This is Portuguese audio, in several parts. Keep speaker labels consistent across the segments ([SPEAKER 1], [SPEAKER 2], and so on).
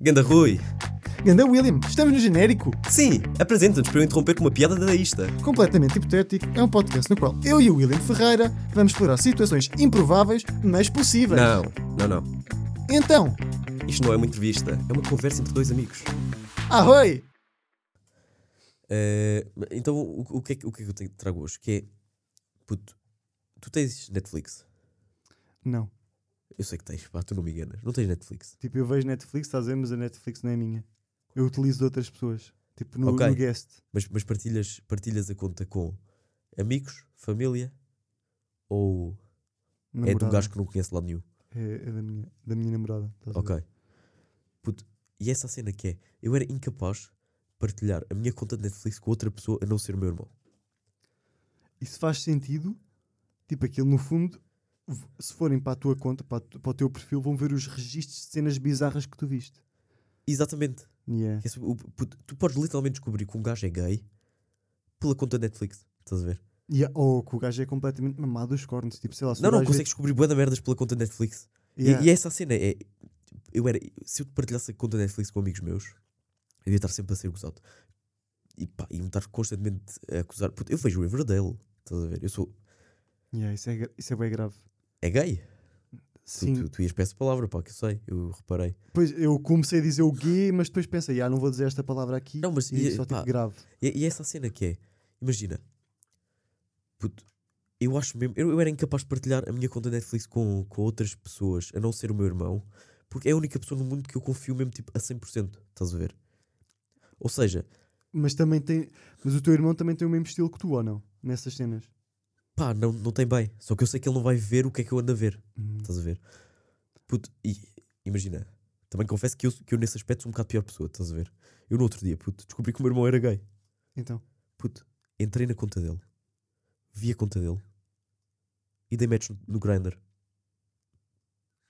[SPEAKER 1] Ganda Rui!
[SPEAKER 2] Ganda William, estamos no genérico.
[SPEAKER 1] Sim, apresenta-nos para eu interromper com uma piada dadaísta.
[SPEAKER 2] Completamente hipotético, é um podcast no qual eu e o William Ferreira vamos explorar situações improváveis, mas possíveis.
[SPEAKER 1] Não, não, não.
[SPEAKER 2] Então,
[SPEAKER 1] Isto não é uma entrevista, é uma conversa entre dois amigos.
[SPEAKER 2] arroi!
[SPEAKER 1] Eh, então, o, o que é, que- o que é que eu te- trago hoje? Que é. Puto, tu tens Netflix?
[SPEAKER 2] Não,
[SPEAKER 1] Eu sei que tens, pá, tu não me enganas. Não tens Netflix?
[SPEAKER 2] tipo, eu vejo Netflix, estás a ver, mas a Netflix não é minha. Eu utilizo de outras pessoas, tipo no,
[SPEAKER 1] Ok.
[SPEAKER 2] no guest.
[SPEAKER 1] Mas, mas partilhas, partilhas a conta com amigos, família ou é de um
[SPEAKER 2] Namorada.
[SPEAKER 1] gajo que não conhece lá nenhum?
[SPEAKER 2] É, é da, minha, da minha namorada. estás a ver?
[SPEAKER 1] Ok. Puto, e essa cena que é: eu era incapaz de partilhar a minha conta de Netflix com outra pessoa a não ser o meu irmão.
[SPEAKER 2] Isso faz sentido, tipo, aquilo no fundo, v- se forem para a tua conta, para, a tu- para o teu perfil, vão ver os registros de cenas bizarras que tu viste.
[SPEAKER 1] Exatamente.
[SPEAKER 2] Yeah.
[SPEAKER 1] Esse- o- puto, tu podes literalmente descobrir que um gajo é gay pela conta da Netflix. Estás a ver?
[SPEAKER 2] E a- ou que o gajo é completamente mamado dos cornos, tipo, sei lá, se o
[SPEAKER 1] não, não,
[SPEAKER 2] gajo vê-
[SPEAKER 1] consegues descobrir boa da merdas pela conta da Netflix. E-
[SPEAKER 2] Yeah.
[SPEAKER 1] E, essa cena é. Eu era, se eu te partilhasse a conta da Netflix com amigos meus, eu ia estar sempre a ser gozado. E pá, iam estar constantemente a acusar. Puto, eu vejo o Riverdale. Estás a ver? Eu sou.
[SPEAKER 2] Yeah, isso, é, gra- isso é bem grave.
[SPEAKER 1] É gay? Tu,
[SPEAKER 2] Sim.
[SPEAKER 1] tu, tu ias para essa palavra, pá, que eu sei. Eu reparei.
[SPEAKER 2] Pois eu comecei a dizer o gay, mas depois pensei, ah, não vou dizer esta palavra aqui.
[SPEAKER 1] Não, mas
[SPEAKER 2] e
[SPEAKER 1] e-
[SPEAKER 2] só
[SPEAKER 1] pá.
[SPEAKER 2] tipo grave.
[SPEAKER 1] E, e essa cena que é, imagina, puto, eu acho mesmo, eu, eu era incapaz de partilhar a minha conta Netflix com, com outras pessoas, a não ser o meu irmão, porque é a única pessoa no mundo que eu confio mesmo tipo a 100%, estás a ver? Ou seja,
[SPEAKER 2] Mas também tem. Mas o teu irmão também tem o mesmo estilo que tu, ou não? Nessas cenas.
[SPEAKER 1] pá, não, não tem bem, só que eu sei que ele não vai ver o que é que eu ando a ver, estás a ver? Puto, e imagina, também confesso que eu, que eu nesse aspecto sou um bocado pior pessoa, estás a ver? Eu no outro dia, puto, descobri que o meu irmão era gay.
[SPEAKER 2] Então.
[SPEAKER 1] Puto, entrei na conta dele, vi a conta dele e dei match no, no Grindr.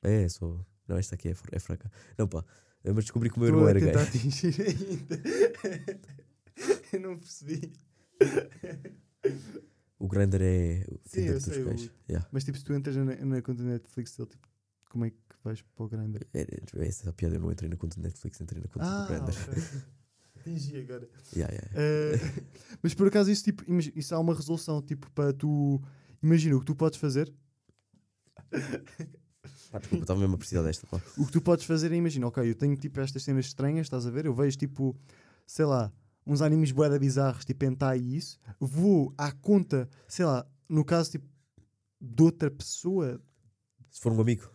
[SPEAKER 1] É, é só. Não, esta aqui é, fra- é fraca. Não, pá, eh, mas descobri que o meu irmão
[SPEAKER 2] Estou a
[SPEAKER 1] era gay.
[SPEAKER 2] tentar atingir ainda. eu não percebi.
[SPEAKER 1] O Grindr é.
[SPEAKER 2] Sim, eu sei,
[SPEAKER 1] gays.
[SPEAKER 2] o-
[SPEAKER 1] Yeah.
[SPEAKER 2] Mas tipo, se tu entras na, na conta da Netflix dele, tipo, como é que vais para o grande?
[SPEAKER 1] É, é- essa é a piada, eu não entrei na conta do Netflix, entrei na conta
[SPEAKER 2] Ah,
[SPEAKER 1] do Grindr.
[SPEAKER 2] ok. atingi agora.
[SPEAKER 1] Yeah, yeah.
[SPEAKER 2] Eh, mas por acaso isso, tipo, imagi- isso há uma resolução tipo para tu. Imagina o que tu podes fazer.
[SPEAKER 1] Pá, desculpa, estava mesmo a precisar desta, pá.
[SPEAKER 2] O que tu podes fazer é imagina, ok, eu tenho tipo estas cenas estranhas, estás a ver? Eu vejo tipo, sei lá, uns animes boeda bizarros, tipo hentai e isso. Vou à conta, sei lá, no caso tipo de outra pessoa,
[SPEAKER 1] Se for um amigo,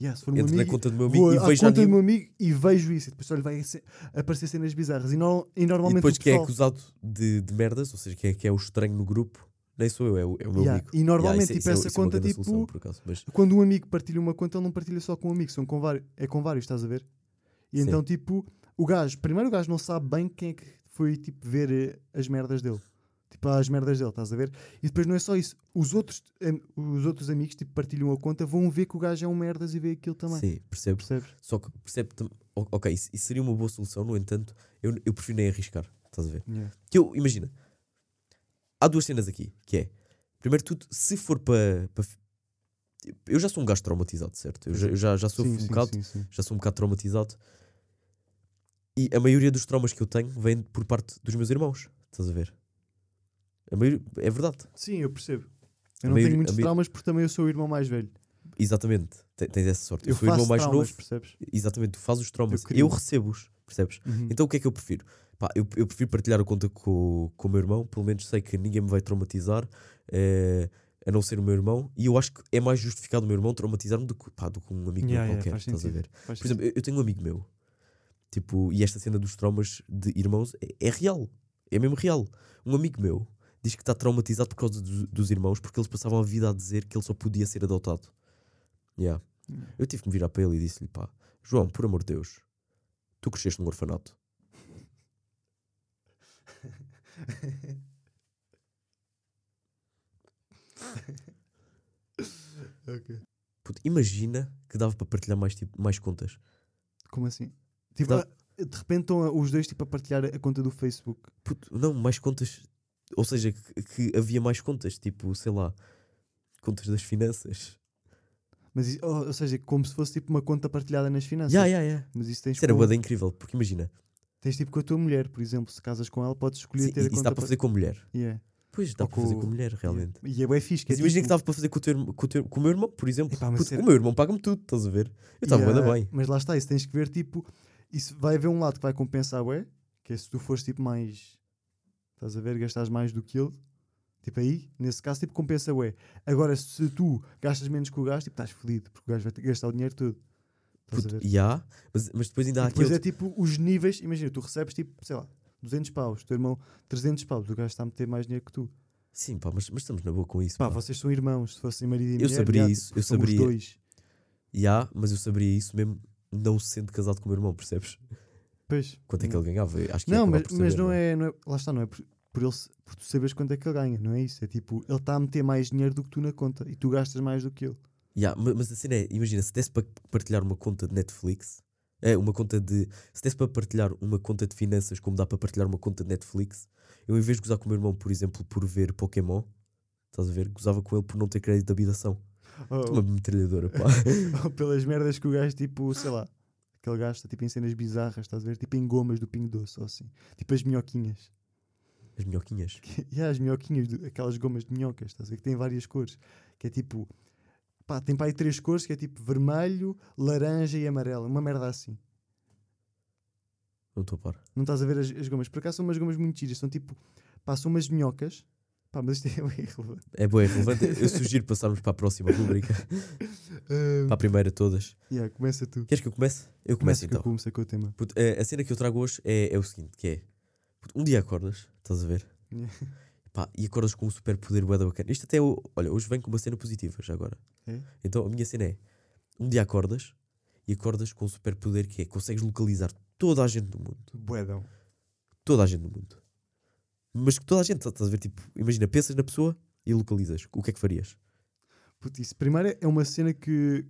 [SPEAKER 2] yeah, se for um
[SPEAKER 1] entro na
[SPEAKER 2] amigo,
[SPEAKER 1] conta do meu amigo
[SPEAKER 2] vou
[SPEAKER 1] e
[SPEAKER 2] à
[SPEAKER 1] vejo
[SPEAKER 2] conta do
[SPEAKER 1] anime
[SPEAKER 2] meu amigo e vejo isso. E depois só lhe vai se- aparecer cenas bizarras. E, no- e
[SPEAKER 1] e
[SPEAKER 2] normalmente
[SPEAKER 1] depois
[SPEAKER 2] o
[SPEAKER 1] que é
[SPEAKER 2] pessoal-
[SPEAKER 1] acusado de, de merdas, ou seja, que é, que é o estranho no grupo, nem sou eu, é o, é o meu
[SPEAKER 2] Yeah,
[SPEAKER 1] amigo.
[SPEAKER 2] E normalmente
[SPEAKER 1] Yeah, isso
[SPEAKER 2] tipo,
[SPEAKER 1] é- isso é-
[SPEAKER 2] essa
[SPEAKER 1] isso é uma
[SPEAKER 2] conta
[SPEAKER 1] grande
[SPEAKER 2] tipo...
[SPEAKER 1] solução, por acaso, mas-
[SPEAKER 2] quando um amigo partilha uma conta, ele não partilha só com um amigo, são com vários, é com vários, estás a ver? E
[SPEAKER 1] Sim.
[SPEAKER 2] então, tipo, o gajo, primeiro o gajo não sabe bem quem é que foi, tipo, ver eh, as merdas dele. Tipo, as merdas dele, estás a ver? E depois não é só isso. Os outros, am- os outros amigos, tipo, partilham a conta, vão ver que o gajo é um merdas e vê aquilo também.
[SPEAKER 1] Sim, percebo.
[SPEAKER 2] Percebes?
[SPEAKER 1] Só que percebe tam- o- Ok, isso, isso seria uma boa solução, no entanto, eu, eu prefiro nem arriscar. Estás a ver?
[SPEAKER 2] Yeah.
[SPEAKER 1] Que eu, imagina, há duas cenas aqui, que é, primeiro de tudo, se for para. pa, eu já sou um gajo traumatizado, certo? Eu já, eu já, já sofro
[SPEAKER 2] Sim,
[SPEAKER 1] um
[SPEAKER 2] sim,
[SPEAKER 1] bocado,
[SPEAKER 2] sim, sim.
[SPEAKER 1] já sou um bocado traumatizado. E a maioria dos traumas que eu tenho vem por parte dos meus irmãos, estás a ver? A maioria, é verdade.
[SPEAKER 2] Sim, eu percebo.
[SPEAKER 1] A
[SPEAKER 2] Eu não
[SPEAKER 1] maioria-
[SPEAKER 2] tenho muitos
[SPEAKER 1] a maioria-
[SPEAKER 2] traumas porque também eu sou o irmão mais velho.
[SPEAKER 1] Exatamente. Te- Tens essa sorte.
[SPEAKER 2] Eu
[SPEAKER 1] sou o irmão
[SPEAKER 2] faço
[SPEAKER 1] mais
[SPEAKER 2] traumas,
[SPEAKER 1] novo.
[SPEAKER 2] percebes?
[SPEAKER 1] Exatamente, tu fazes os traumas.
[SPEAKER 2] Eu
[SPEAKER 1] Eu,
[SPEAKER 2] crio.
[SPEAKER 1] recebo-os, percebes?
[SPEAKER 2] Uhum.
[SPEAKER 1] Então o que é que eu prefiro? Pá, eu, eu prefiro partilhar a conta com, com o meu irmão, pelo menos sei que ninguém me vai traumatizar, eh, a não ser o meu irmão, e eu acho que é mais justificado o meu irmão traumatizar-me do que, pá, do que um amigo meu
[SPEAKER 2] Yeah, yeah,
[SPEAKER 1] qualquer,
[SPEAKER 2] faz
[SPEAKER 1] estás a
[SPEAKER 2] sentido,
[SPEAKER 1] ver?
[SPEAKER 2] faz
[SPEAKER 1] Por exemplo, eu, eu tenho um amigo meu, tipo, e esta cena dos traumas de irmãos é, é real, é mesmo real. Um amigo meu diz que está traumatizado por causa dos, dos irmãos porque eles passavam a vida a dizer que ele só podia ser adotado. Yeah.
[SPEAKER 2] Yeah.
[SPEAKER 1] Eu tive que me virar para ele e disse-lhe, pá, João, por amor de Deus, tu cresceste num orfanato.
[SPEAKER 2] Ok.
[SPEAKER 1] Puto, imagina que dava para partilhar mais, tipo, mais contas.
[SPEAKER 2] Como assim? Tipo,
[SPEAKER 1] Dá-
[SPEAKER 2] ah, de repente estão ah, os dois tipo, a partilhar a conta do Facebook.
[SPEAKER 1] Puto, não, mais contas. Ou seja, que, que havia mais contas, tipo, sei lá, contas das finanças.
[SPEAKER 2] Mas, i- oh, ou, ou seja, como se fosse tipo uma conta partilhada nas finanças.
[SPEAKER 1] Yeah, yeah, yeah.
[SPEAKER 2] Mas isso tens,
[SPEAKER 1] Isso era
[SPEAKER 2] com-
[SPEAKER 1] bué da incrível, porque imagina,
[SPEAKER 2] tens tipo com a tua mulher, por exemplo. Se casas com ela, podes escolher
[SPEAKER 1] se-
[SPEAKER 2] ter a
[SPEAKER 1] isso
[SPEAKER 2] conta
[SPEAKER 1] dá para fazer com a mulher.
[SPEAKER 2] par- Yeah,
[SPEAKER 1] Pois, dá
[SPEAKER 2] Ou
[SPEAKER 1] para fazer com
[SPEAKER 2] com-
[SPEAKER 1] a mulher, realmente.
[SPEAKER 2] yeah. E é bem fixe. Que
[SPEAKER 1] Mas
[SPEAKER 2] é,
[SPEAKER 1] imagina
[SPEAKER 2] tipo-
[SPEAKER 1] que dava para fazer com o, teu, irmão- com, o teu- com o meu irmão, por exemplo.
[SPEAKER 2] Epá, mas
[SPEAKER 1] Puto,
[SPEAKER 2] era-
[SPEAKER 1] O meu irmão paga-me tudo, estás a ver? Eu estava
[SPEAKER 2] Yeah,
[SPEAKER 1] yeah. bem.
[SPEAKER 2] Mas lá está, isso tens que ver, tipo, isso vai haver um lado que vai compensar, ué, que é se tu fores tipo mais, estás a ver, gastares mais do que ele, tipo aí, nesse caso, tipo, compensa, ué. Agora, se tu gastas menos que o gajo, tipo, estás fodido, porque o gajo vai ter que gastar o dinheiro todo. Estás a
[SPEAKER 1] Puto,
[SPEAKER 2] ver?
[SPEAKER 1] yeah, mas, mas depois ainda há
[SPEAKER 2] E depois
[SPEAKER 1] aquele.
[SPEAKER 2] é tipo os níveis, imagina, tu recebes tipo, sei lá, 200 paus, teu irmão 300 paus, o gajo está a meter mais dinheiro que tu.
[SPEAKER 1] Sim, pá, mas, mas estamos na boa com isso.
[SPEAKER 2] Pá,
[SPEAKER 1] pá.
[SPEAKER 2] vocês são irmãos, se fossem marido e mulher,
[SPEAKER 1] Eu saberia
[SPEAKER 2] já,
[SPEAKER 1] isso, eu
[SPEAKER 2] são os
[SPEAKER 1] saberia.
[SPEAKER 2] dois.
[SPEAKER 1] Yeah, mas eu saberia isso mesmo não sendo casado com o meu irmão, percebes?
[SPEAKER 2] Pois.
[SPEAKER 1] Quanto é que ele ganhava? Eu Acho que ia
[SPEAKER 2] Hum. Não,
[SPEAKER 1] acabar
[SPEAKER 2] mas,
[SPEAKER 1] por
[SPEAKER 2] mas
[SPEAKER 1] saber,
[SPEAKER 2] não, é, não é. Lá está, não é por, por, ele, se- por tu saberes quanto é que ele ganha, não é isso? É tipo, ele está a meter mais dinheiro do que tu na conta e tu gastas mais do que ele.
[SPEAKER 1] Yeah, ma- mas a cena é, imagina, se desse para partilhar uma conta de Netflix, é uma conta de. Se desse para partilhar uma conta de finanças como dá para partilhar uma conta de Netflix, eu em vez de gozar com o meu irmão, por exemplo, por ver Pokémon, estás a ver? Gozava com ele por não ter crédito de habitação.
[SPEAKER 2] Ou,
[SPEAKER 1] Uma metralhadora, pá.
[SPEAKER 2] ou pelas merdas que o gajo, tipo, sei lá, que ele gasta tipo, em cenas bizarras, estás a ver? Tipo em gomas do Pingo Doce ou assim. Tipo as minhoquinhas.
[SPEAKER 1] As minhoquinhas.
[SPEAKER 2] E há as minhoquinhas, do- aquelas gomas de minhocas, estás a ver? Que têm várias cores. Que é tipo. Pá, tem para aí três cores que é tipo vermelho, laranja e amarelo. Uma merda assim.
[SPEAKER 1] Não estou a par.
[SPEAKER 2] Não estás a ver as, as gomas. Por acaso são umas gomas muito giras. São tipo. Pá, são umas minhocas. Pá, mas isto é bem irrelevante.
[SPEAKER 1] É boa, é relevante. Eu sugiro passarmos para a próxima rubrica.
[SPEAKER 2] Ah,
[SPEAKER 1] para a primeira de todas.
[SPEAKER 2] yeah, começa tu.
[SPEAKER 1] Queres que eu comece? Eu começo
[SPEAKER 2] Começa que
[SPEAKER 1] então.
[SPEAKER 2] eu comecei com o tema.
[SPEAKER 1] Puto, eh, a, a cena que eu trago hoje é, é o seguinte, que é... puto, um dia acordas, estás a ver?
[SPEAKER 2] Yeah.
[SPEAKER 1] Pá, e acordas com um super poder bué da bacana. Isto até... o- Olha, hoje vem com uma cena positiva, já agora.
[SPEAKER 2] É?
[SPEAKER 1] Então a minha cena é... Um dia acordas e acordas com um super poder que é... Consegues localizar toda a gente do mundo.
[SPEAKER 2] Boedão.
[SPEAKER 1] Toda a gente do mundo. Mas que toda a gente, estás a ver? Tipo, imagina, pensas na pessoa e localizas. O que é que farias?
[SPEAKER 2] Puto, isso. Primeiro é uma cena que.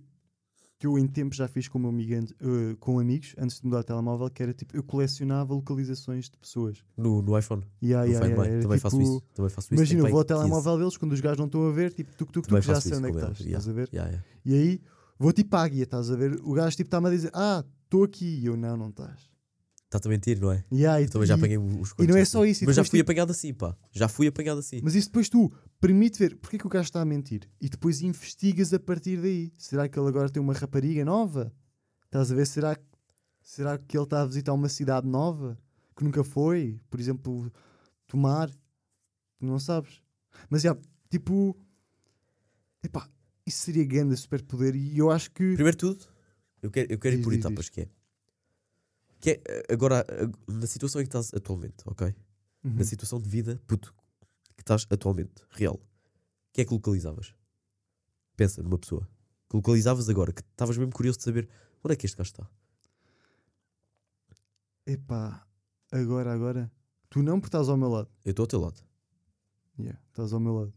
[SPEAKER 2] Que eu em tempo já fiz com, o meu amigo, antes- eh, com amigos antes de mudar o telemóvel, que era tipo, eu colecionava localizações de pessoas.
[SPEAKER 1] No, no iPhone?
[SPEAKER 2] Yeah,
[SPEAKER 1] no
[SPEAKER 2] yeah,
[SPEAKER 1] Find
[SPEAKER 2] yeah,
[SPEAKER 1] My?
[SPEAKER 2] era
[SPEAKER 1] Também faço
[SPEAKER 2] tipo-
[SPEAKER 1] isso. Também faço isso.
[SPEAKER 2] Imagina, eu
[SPEAKER 1] Tenho
[SPEAKER 2] vou ao
[SPEAKER 1] pai de 15.
[SPEAKER 2] telemóvel deles quando os gajos não estão a ver, tipo, tu, tu, tu,
[SPEAKER 1] Também
[SPEAKER 2] já
[SPEAKER 1] faço
[SPEAKER 2] sei
[SPEAKER 1] isso
[SPEAKER 2] onde é que
[SPEAKER 1] com
[SPEAKER 2] estás,
[SPEAKER 1] eles, yeah.
[SPEAKER 2] estás a ver?
[SPEAKER 1] Yeah, yeah.
[SPEAKER 2] E aí vou tipo à guia, estás a ver? O gajo tipo está-me a dizer, ah, estou aqui, e eu não, não estás.
[SPEAKER 1] Está-te a mentir, não é?
[SPEAKER 2] E aí,
[SPEAKER 1] Eu também já
[SPEAKER 2] e-
[SPEAKER 1] apanhei os
[SPEAKER 2] E não é
[SPEAKER 1] quantos
[SPEAKER 2] só isso, e
[SPEAKER 1] Mas já
[SPEAKER 2] depois,
[SPEAKER 1] fui
[SPEAKER 2] tipo-
[SPEAKER 1] apanhado assim, pá. Já fui apanhado assim.
[SPEAKER 2] Mas tipo isso depois tu permite ver porque é que o gajo está a mentir e depois investigas a partir daí. Será que ele agora tem uma rapariga nova? Estás a ver? Será, que- será que ele está a visitar uma cidade nova que nunca foi? Por exemplo, Tomar? Tu não sabes. Mas já, tipo, epá, isso seria grande superpoder e eu acho que.
[SPEAKER 1] Primeiro de tudo, eu quero, eu quero ir
[SPEAKER 2] Diz,
[SPEAKER 1] por
[SPEAKER 2] diz,
[SPEAKER 1] etapas,
[SPEAKER 2] diz.
[SPEAKER 1] que é. Que é eh, agora, eh, na situação em que estás atualmente, ok?
[SPEAKER 2] Uhum.
[SPEAKER 1] Na situação de vida, puto, que estás atualmente, real. O que é que localizavas? Pensa numa pessoa. Que localizavas agora, que estavas mesmo curioso de saber onde é que este gajo está.
[SPEAKER 2] Epá, agora, agora. Tu não porque estás ao meu lado.
[SPEAKER 1] Eu estou ao teu lado.
[SPEAKER 2] Yeah, estás ao meu lado.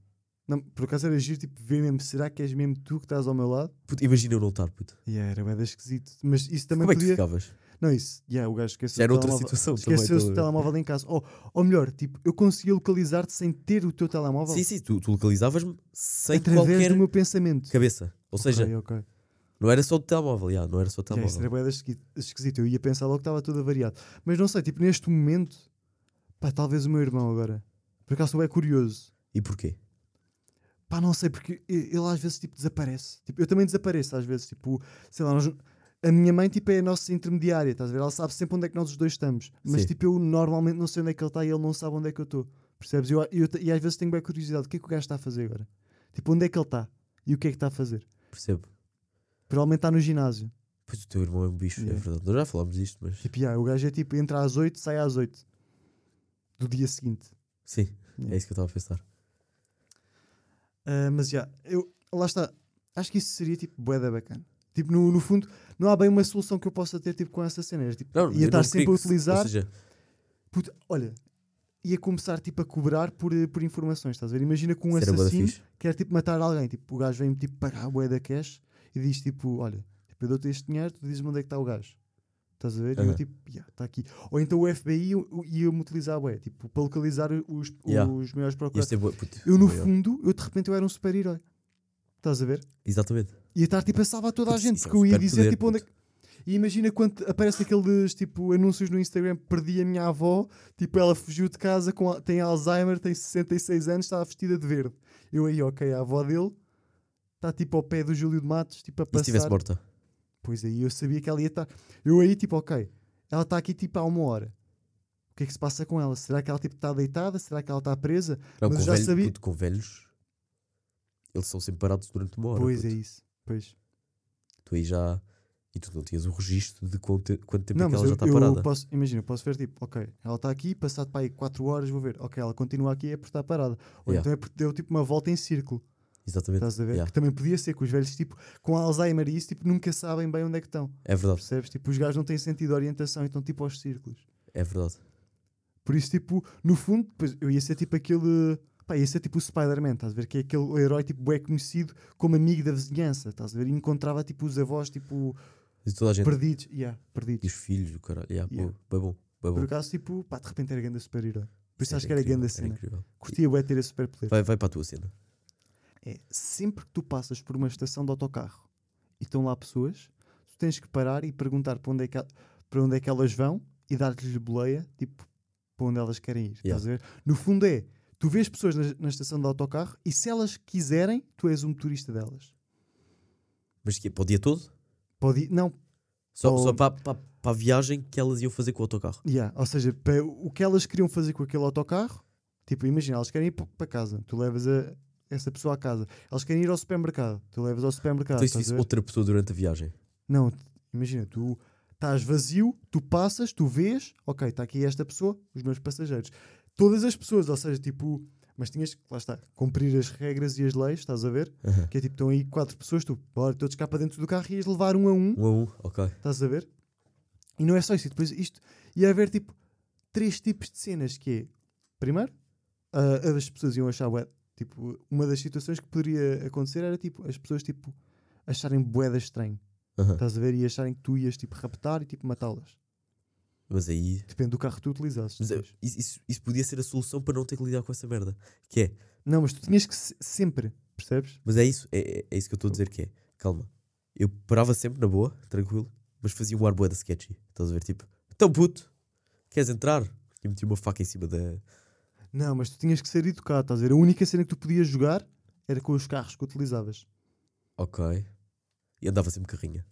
[SPEAKER 2] Não, por acaso era giro, tipo, ver mesmo, será que és mesmo tu que estás ao meu lado?
[SPEAKER 1] Puto, imagina eu não estar, puto.
[SPEAKER 2] Yeah, era bem esquisito. Mas isso também
[SPEAKER 1] Como é que tu
[SPEAKER 2] podia.
[SPEAKER 1] ficavas?
[SPEAKER 2] não, isso. Yeah, o gajo esqueceu
[SPEAKER 1] Já era
[SPEAKER 2] o
[SPEAKER 1] outra
[SPEAKER 2] telemóvel-
[SPEAKER 1] situação também. estás a
[SPEAKER 2] Esqueceu-se o
[SPEAKER 1] ver?
[SPEAKER 2] telemóvel em casa. Ou, ou melhor, tipo, eu conseguia localizar-te sem ter o teu telemóvel
[SPEAKER 1] Sim, sim, tu, tu localizavas-me sem
[SPEAKER 2] através
[SPEAKER 1] qualquer
[SPEAKER 2] do meu pensamento.
[SPEAKER 1] cabeça. Ou seja,
[SPEAKER 2] Ok, ok.
[SPEAKER 1] não era só do telemóvel, já, não era só do
[SPEAKER 2] Yeah, isso
[SPEAKER 1] telemóvel.
[SPEAKER 2] era bem esquisito. Eu ia pensar logo que estava tudo variado. Mas não sei, tipo, neste momento, pá, talvez o meu irmão agora. Por acaso é curioso.
[SPEAKER 1] E porquê?
[SPEAKER 2] Pá, não sei, porque e- ele às vezes tipo, desaparece. Tipo, eu também desapareço às vezes. Tipo, sei lá, nós- a minha mãe tipo, é a nossa intermediária, estás a ver? Ela sabe sempre onde é que nós os dois estamos. Mas
[SPEAKER 1] Sim.
[SPEAKER 2] tipo, eu normalmente não sei onde é que ele está e ele não sabe onde é que eu estou. Percebes? Eu, eu te- e às vezes tenho bem curiosidade: o que é que o gajo está a fazer agora? Tipo, onde é que ele está? E o que é que está a fazer?
[SPEAKER 1] Percebo.
[SPEAKER 2] Provavelmente está no ginásio.
[SPEAKER 1] Pois o teu irmão é um bicho, é
[SPEAKER 2] Yeah.
[SPEAKER 1] verdade. Nós já falámos disto, mas.
[SPEAKER 2] Tipo, yeah, o gajo é tipo, entra às 8, sai às 8 do dia seguinte.
[SPEAKER 1] Sim, é
[SPEAKER 2] Yeah.
[SPEAKER 1] isso que eu estava a pensar.
[SPEAKER 2] Ah, mas já, eu, lá está. Acho que isso seria tipo boeda bacana. Tipo, no, no fundo, não há bem uma solução que eu possa ter tipo, com essa cena. Era, tipo,
[SPEAKER 1] Não, eu
[SPEAKER 2] ia
[SPEAKER 1] não
[SPEAKER 2] estar sempre
[SPEAKER 1] queria
[SPEAKER 2] a
[SPEAKER 1] que se- Ou
[SPEAKER 2] utilizar.
[SPEAKER 1] seja,
[SPEAKER 2] puta, olha, ia começar tipo, a cobrar por, eh, por informações, estás a ver? Imagina que um
[SPEAKER 1] isso era bué da
[SPEAKER 2] assassino
[SPEAKER 1] fixe.
[SPEAKER 2] quer tipo, matar alguém. Tipo, o gajo vem tipo, pagar a boeda cash e diz tipo: Olha, tipo, eu dou-te este dinheiro, tu dizes-me onde é que está o gajo. Estás a ver? E
[SPEAKER 1] Aham.
[SPEAKER 2] eu tipo, está aqui. Ou então o FBI ia- ia-me utilizar a boé, tipo, para localizar os,
[SPEAKER 1] Yeah.
[SPEAKER 2] os maiores
[SPEAKER 1] Ias
[SPEAKER 2] procuradores.
[SPEAKER 1] ter bué- puto,
[SPEAKER 2] Eu, no
[SPEAKER 1] maior.
[SPEAKER 2] fundo, eu de repente eu era um super-herói. Estás a ver?
[SPEAKER 1] Exatamente.
[SPEAKER 2] Ia estar tipo a salvar toda a
[SPEAKER 1] Putz,
[SPEAKER 2] gente,
[SPEAKER 1] isso é
[SPEAKER 2] porque eu ia
[SPEAKER 1] super
[SPEAKER 2] dizer
[SPEAKER 1] poder,
[SPEAKER 2] tipo onde é
[SPEAKER 1] puto.
[SPEAKER 2] que- E imagina quando aparece aqueles tipo anúncios no Instagram: perdi a minha avó, tipo ela fugiu de casa, com, a- tem Alzheimer, tem 66 anos, está vestida de verde. Eu aí, ok, a avó dele está tipo ao pé do Júlio de Matos, tipo a
[SPEAKER 1] E se estivesse
[SPEAKER 2] passar.
[SPEAKER 1] morta?
[SPEAKER 2] Pois aí eu sabia que ela ia estar. Eu aí, tipo, ok, ela está aqui tipo há uma hora. O que é que se passa com ela? Será que ela tipo está deitada? Será que ela está presa?
[SPEAKER 1] Não,
[SPEAKER 2] Mas
[SPEAKER 1] com,
[SPEAKER 2] eu já
[SPEAKER 1] velho,
[SPEAKER 2] sabia-
[SPEAKER 1] puto, com velhos, eles são sempre parados durante uma hora.
[SPEAKER 2] pois
[SPEAKER 1] puto.
[SPEAKER 2] é isso. Pois.
[SPEAKER 1] Tu aí já. E tu não tinhas o registro de quanto, te- quanto tempo é
[SPEAKER 2] Não,
[SPEAKER 1] que
[SPEAKER 2] mas
[SPEAKER 1] ela
[SPEAKER 2] eu,
[SPEAKER 1] já está
[SPEAKER 2] eu
[SPEAKER 1] parada.
[SPEAKER 2] posso, imagina, eu posso ver tipo, ok, ela está aqui, passado para aí 4 horas, vou ver, ok, ela continua aqui é por estar parada. Ou
[SPEAKER 1] Yeah.
[SPEAKER 2] então é porque deu tipo uma volta em círculo,
[SPEAKER 1] Exatamente.
[SPEAKER 2] estás a ver?
[SPEAKER 1] Yeah,
[SPEAKER 2] Que também podia ser que os velhos, tipo, com Alzheimer e isso, tipo, nunca sabem bem onde é que estão,
[SPEAKER 1] É verdade,
[SPEAKER 2] percebes? Tipo, os gajos não têm sentido de orientação e estão tipo aos círculos.
[SPEAKER 1] é verdade.
[SPEAKER 2] Por isso, tipo, no fundo, depois eu ia ser tipo aquele. Pá, ia ser tipo o Spider-Man, estás a ver? Que é aquele herói tipo, é conhecido como amigo da vizinhança, estás a ver? E encontrava tipo os avós tipo
[SPEAKER 1] E toda a gente.
[SPEAKER 2] perdidos. Yeah, perdidos.
[SPEAKER 1] E os filhos, o caralho. Yeah,
[SPEAKER 2] Yeah.
[SPEAKER 1] boa, Bem bom, bem
[SPEAKER 2] Por
[SPEAKER 1] bom.
[SPEAKER 2] acaso, tipo, pá, de repente era grande super-herói. Por isso
[SPEAKER 1] Era
[SPEAKER 2] acho que era
[SPEAKER 1] incrível,
[SPEAKER 2] grande
[SPEAKER 1] era
[SPEAKER 2] cena.
[SPEAKER 1] incrível.
[SPEAKER 2] Curtia o ter esse superpoder.
[SPEAKER 1] Vai, vai para a tua cena.
[SPEAKER 2] É sempre que tu passas por uma estação de autocarro e estão lá pessoas, tu tens que parar e perguntar para onde é que, el- para onde é que elas vão e dar-lhes boleia, tipo, para onde elas querem ir.
[SPEAKER 1] Yeah.
[SPEAKER 2] Estás a ver? No fundo é, tu vês pessoas na, na estação de autocarro e se elas quiserem, tu és o motorista delas.
[SPEAKER 1] Mas que, é para o dia todo?
[SPEAKER 2] Pode ir, não,
[SPEAKER 1] Só,
[SPEAKER 2] Ou-
[SPEAKER 1] só para, para, para a viagem que elas iam fazer com o autocarro.
[SPEAKER 2] Yeah, ou seja, pa- o que elas queriam fazer com aquele autocarro, tipo, imagina, elas querem ir pa- para casa, tu levas a- essa pessoa à casa, elas querem ir ao supermercado, tu levas ao supermercado.
[SPEAKER 1] então, e se
[SPEAKER 2] Ah, estás a
[SPEAKER 1] visse
[SPEAKER 2] ver?
[SPEAKER 1] outra pessoa durante a viagem?
[SPEAKER 2] Não, t- imagina, tu estás vazio, tu passas, tu vês, ok, está aqui esta pessoa, os meus passageiros. Todas as pessoas, ou seja, tipo, mas tinhas que, lá está, cumprir as regras e as leis, estás a ver?
[SPEAKER 1] Aham.
[SPEAKER 2] Que é tipo, estão aí quatro pessoas, tu, bora, todos cá para dentro do carro e ias levar um a um
[SPEAKER 1] Um a um, ok.
[SPEAKER 2] Estás a ver? E não é só isso. e Depois isto ia haver tipo três tipos de cenas que é, primeiro, ah, as pessoas iam achar bué, tipo, uma das situações que poderia acontecer era tipo as pessoas tipo acharem boeda estranho.
[SPEAKER 1] Aham.
[SPEAKER 2] Estás a ver? E acharem que tu ias tipo raptar e tipo matá-las.
[SPEAKER 1] Mas aí.
[SPEAKER 2] Depende do carro que tu utilizasses.
[SPEAKER 1] Mas, eh,
[SPEAKER 2] depois.
[SPEAKER 1] isso, isso- isso podia ser a solução para não ter que lidar com essa merda. Que é.
[SPEAKER 2] Não, mas tu tinhas que se- sempre, percebes?
[SPEAKER 1] Mas é isso, é, é- é isso que eu estou a dizer que é. Calma. Eu parava sempre na boa, tranquilo, mas fazia um ar bué da sketchy. Estás a ver? Tipo, então puto, queres entrar? E meti uma faca em cima da.
[SPEAKER 2] Não, mas tu tinhas que ser educado, estás a ver? A única cena que tu podias jogar era com os carros que utilizavas.
[SPEAKER 1] Ok. E andava sempre carrinha.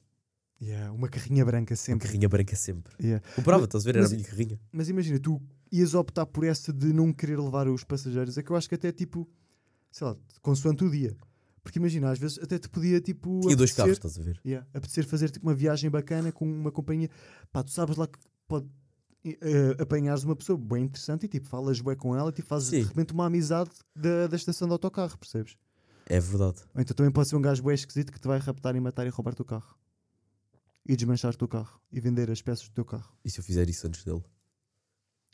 [SPEAKER 2] Yeah, uma carrinha branca
[SPEAKER 1] Uma
[SPEAKER 2] sempre.
[SPEAKER 1] carrinha branca sempre.
[SPEAKER 2] Yeah.
[SPEAKER 1] Comprava, estás a ver? Era a
[SPEAKER 2] mas-
[SPEAKER 1] minha carrinha.
[SPEAKER 2] Mas imagina, tu ias optar por essa de não querer levar os passageiros. É que eu acho que até tipo, sei lá, consoante o dia. Porque imagina, às vezes até te podia tipo.
[SPEAKER 1] Tinha dois carros,
[SPEAKER 2] apetecer-
[SPEAKER 1] estás a ver?
[SPEAKER 2] Yeah, apetecer fazer tipo uma viagem bacana com uma companhia. Pá, tu sabes lá que pode eh, apanhares uma pessoa bem interessante e tipo falas bem com ela e tipo, fazes de
[SPEAKER 1] Sim.
[SPEAKER 2] repente uma amizade da, da estação de autocarro, percebes?
[SPEAKER 1] É verdade.
[SPEAKER 2] Ou então também pode ser um gajo bem esquisito que te vai raptar e matar e roubar-te o carro. E desmanchar-te o carro e vender as peças do teu carro.
[SPEAKER 1] E se eu fizer isso antes dele?